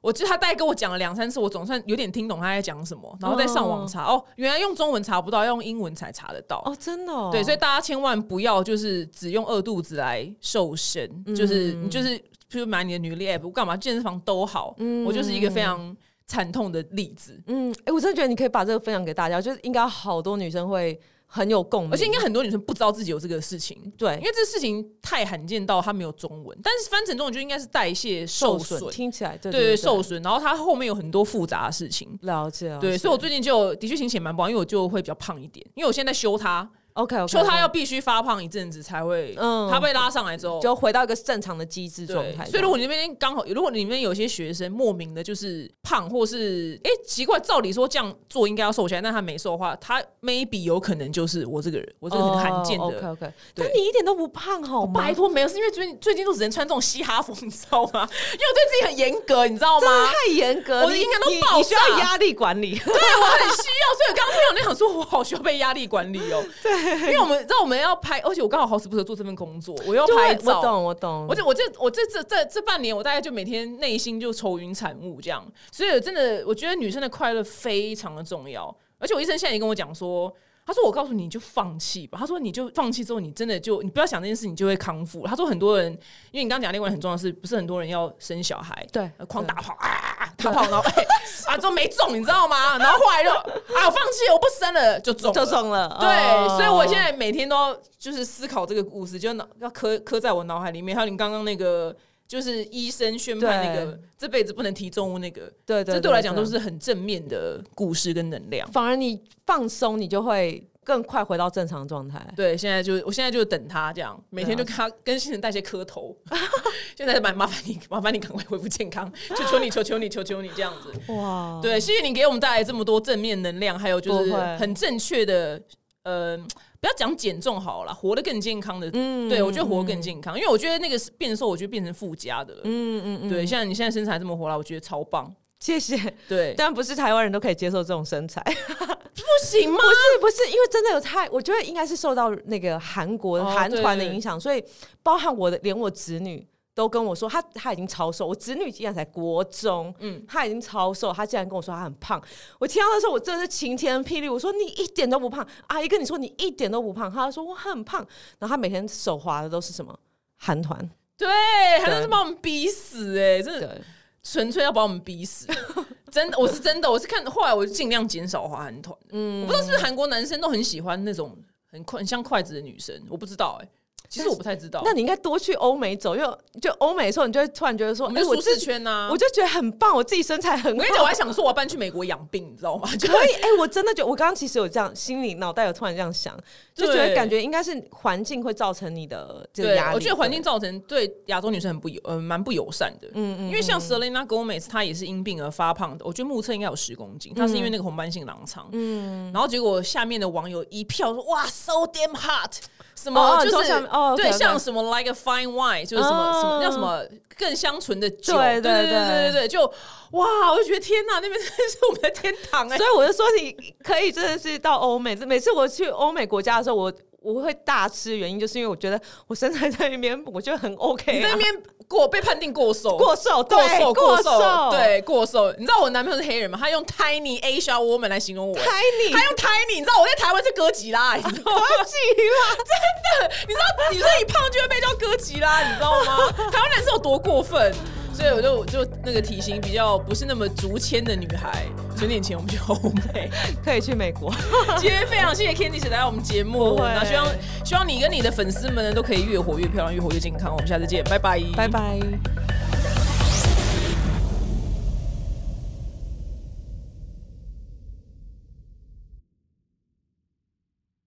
[SPEAKER 1] 我就他大概跟我讲了两三次，我总算有点听懂他在讲什么，然后再上网查哦，原来用中文查不到，要用英文才查得到。
[SPEAKER 3] 哦，真的、哦，
[SPEAKER 1] 对，所以大家千万不要就是只用饿肚子来瘦身，
[SPEAKER 3] 嗯
[SPEAKER 1] 就是你就是譬如买你的女力 app，我干嘛健身房都好，我就是一个非常惨痛的例子，
[SPEAKER 3] 嗯，哎、我真的觉得你可以把这个分享给大家，就是应该好多女生会很有共鸣，
[SPEAKER 1] 而且应该很多女生不知道自己有这个事情。
[SPEAKER 3] 对，
[SPEAKER 1] 因为这事情太罕见到它没有中文，但是翻成中文就应该是代谢受
[SPEAKER 3] 受
[SPEAKER 1] 损，
[SPEAKER 3] 损听起来对
[SPEAKER 1] 对
[SPEAKER 3] 对
[SPEAKER 1] 受损，然后它后面有很多复杂的事情，
[SPEAKER 3] 了解了解，
[SPEAKER 1] 对，所以我最近就的确心情也蛮不好，因为我就会比较胖一点，因为我现在在修它，
[SPEAKER 3] OK OK，
[SPEAKER 1] 修它要必须发胖一阵子才会，
[SPEAKER 3] 嗯
[SPEAKER 1] 它被拉上来之后，
[SPEAKER 3] 就回到一个正常的机制状态，
[SPEAKER 1] 所以如果你那边刚好，如果你们有些学生莫名的就是胖，或是哎、奇怪，照理说这样做应该要瘦起来，但他没瘦的话，他 maybe 有可能就是我这个人，我这个很罕见的。
[SPEAKER 3] OK OK，
[SPEAKER 1] 对
[SPEAKER 3] 哦但你一点都不胖好吗？
[SPEAKER 1] 拜托，没有，是因为最近最近都只能穿这种嘻哈风，你知道吗？因为我对自己很严格，你知道
[SPEAKER 3] 真的
[SPEAKER 1] 吗？
[SPEAKER 3] 太严格，
[SPEAKER 1] 我的
[SPEAKER 3] 你
[SPEAKER 1] 应该都
[SPEAKER 3] 你
[SPEAKER 1] 爆
[SPEAKER 3] 你需要
[SPEAKER 1] 炸
[SPEAKER 3] 压力管 理。
[SPEAKER 1] 对我很需要，所以我刚刚听到那想说，我好需要被压力管理 哦。对，因为我们知道我们要拍，而且我刚好好死不死做这份工作，我又
[SPEAKER 3] 就
[SPEAKER 1] 拍
[SPEAKER 3] 会
[SPEAKER 1] 照。
[SPEAKER 3] 我懂，我懂，
[SPEAKER 1] 我这我这我这这这这半年，我大概就每天内心就愁云惨雾这样，所以真的，我觉得女生的快乐非常的重要。而且我医生现在也跟我讲说，他说我告诉你，你就放弃吧。他说你就放弃之后，你真的就你不要想这件事，你就会康复了。他说很多人，因为你刚刚讲另外一个很重要的事，不是很多人要生小孩，
[SPEAKER 3] 对
[SPEAKER 1] 呃狂打炮啊，打炮，然后哎、啊，之后没中，你知道吗？然后后来就啊，我放弃了，我不生了，就中了，
[SPEAKER 3] 就中了。哦
[SPEAKER 1] 对，所以我现
[SPEAKER 3] 在
[SPEAKER 1] 在每天都要就是思考这个故事，就脑要刻刻在我脑海里面。还有你刚刚那个，就是医生宣判那个
[SPEAKER 3] 对
[SPEAKER 1] 这辈子不能提重物那个，
[SPEAKER 3] 对对，
[SPEAKER 1] 这对我来讲都是很正面的故事跟能量。
[SPEAKER 3] 反而你放松，你就会更快回到正常状态。
[SPEAKER 1] 对，现在就我现在就等他这样，每天就跟他跟新陈代谢磕头。 现在蛮麻烦你，麻烦你赶快恢复健康，求求你，求求你，求求你这样子。
[SPEAKER 3] 哇，
[SPEAKER 1] 对，谢谢你给我们带来这么多正面能量，还有就是
[SPEAKER 3] 哦不会
[SPEAKER 1] 很正确的，呃，不要讲减重好了啦，活得更健康的。嗯，对我觉得活得更健康，因为我觉得那个是变瘦，我觉得变成附加的了。
[SPEAKER 3] 嗯嗯嗯，
[SPEAKER 1] 对，像你现在身材这么火辣，我觉得超棒。
[SPEAKER 3] 谢谢。
[SPEAKER 1] 对，
[SPEAKER 3] 但不是台湾人都可以接受这种身 材，
[SPEAKER 1] 不行吗？
[SPEAKER 3] 是不是？因为真的有太，我觉得应该是受到那个韩国
[SPEAKER 1] 哦
[SPEAKER 3] 韩团的
[SPEAKER 1] 对对
[SPEAKER 3] 影响，所以包含我的，连我侄女。都跟我说，她她已经超瘦，我侄女竟然才国中，嗯，她已经超瘦，她竟然跟我说她很胖。我听到的时候，我真的是晴天霹雳。我说你一点都不胖，阿姨跟你说你一点都不胖，她说我很胖。然后她每天手滑的都是什么韩团，
[SPEAKER 1] 对，还能
[SPEAKER 3] 对
[SPEAKER 1] 把我们逼死哎、真的
[SPEAKER 3] 对，
[SPEAKER 1] 纯粹要把我们逼 死。真的，我是真的，我是看后来我就尽量减少滑韩团。嗯，我不知道是不是韩国男生都很喜欢那种很快很像筷子的女生，我不知道哎、其实我不太知道。
[SPEAKER 3] 那你应该多去欧美走，因为就欧美的时候，你就会突然觉得说，
[SPEAKER 1] 我
[SPEAKER 3] 哎、
[SPEAKER 1] 们就
[SPEAKER 3] 我
[SPEAKER 1] 舒
[SPEAKER 3] 自
[SPEAKER 1] 适
[SPEAKER 3] 己，
[SPEAKER 1] 圈啊呐、
[SPEAKER 3] 我就觉得很棒，我自己身材很好。
[SPEAKER 1] 我跟你 讲，我还想说我要搬去美国养病，你知道 吗？就
[SPEAKER 3] 可以，哎、我真的觉得，我刚刚其实有这样，心里脑袋有突然这样想，就觉
[SPEAKER 1] 对
[SPEAKER 3] 得感觉应该是环境会造成你的这个
[SPEAKER 1] 对
[SPEAKER 3] 压，力。
[SPEAKER 1] 我觉得环
[SPEAKER 3] 对
[SPEAKER 1] 境造成对亚洲女生很不友，呃，蛮不友善的。嗯嗯，因为像 Selena Gomez，她也是因病而发胖的，我觉得目测应该有十公斤，
[SPEAKER 3] 嗯
[SPEAKER 1] 她是因为那个红斑性狼疮。嗯，然后结果下面的网友一票说哇，so damn hot，什
[SPEAKER 3] 哦
[SPEAKER 1] 么
[SPEAKER 3] 哦
[SPEAKER 1] 就
[SPEAKER 3] 从
[SPEAKER 1] 是
[SPEAKER 3] 下面哦
[SPEAKER 1] 对，
[SPEAKER 3] ，OK，OK
[SPEAKER 1] 像什么 like a fine wine，就是什么什么
[SPEAKER 3] 哦
[SPEAKER 1] 叫什么更香醇的酒，对
[SPEAKER 3] 对对
[SPEAKER 1] 对
[SPEAKER 3] 对
[SPEAKER 1] 对对对，就哇，我就觉得天哪，那边真的是我们的天堂哎
[SPEAKER 3] 所。以啊我就说，你可以真的是到欧美，每次我去欧美国家的时候，我。我会大吃，原因就是因为我觉得我身材在那边，我觉得很 OK
[SPEAKER 1] 哎你
[SPEAKER 3] 啊、
[SPEAKER 1] 在那边过被判定过瘦，
[SPEAKER 3] 过瘦，
[SPEAKER 1] 过
[SPEAKER 3] 对
[SPEAKER 1] 瘦，
[SPEAKER 3] 过
[SPEAKER 1] 过瘦，，对，过瘦。你知道我男朋友是黑人吗？他用 tiny Asia woman 来形容我，
[SPEAKER 3] 拍你，
[SPEAKER 1] 他用 tiny。你知道我在台湾是哥吉拉，你知 道吗？
[SPEAKER 3] 我记了。
[SPEAKER 1] 你知道女生一胖就会被叫哥吉拉，你知道 吗？台湾男生有多过分？所以我就就那个体型比较不是那么竹签的女孩，存点钱我们去欧 美。
[SPEAKER 3] 可以去 美国。
[SPEAKER 1] 今天非常谢谢 Candice 来到我们节目，
[SPEAKER 3] 不会
[SPEAKER 1] 那希望希望你跟你的粉丝们呢都可以越活越漂亮，越活越健康。我们下次见，拜拜，
[SPEAKER 3] 拜。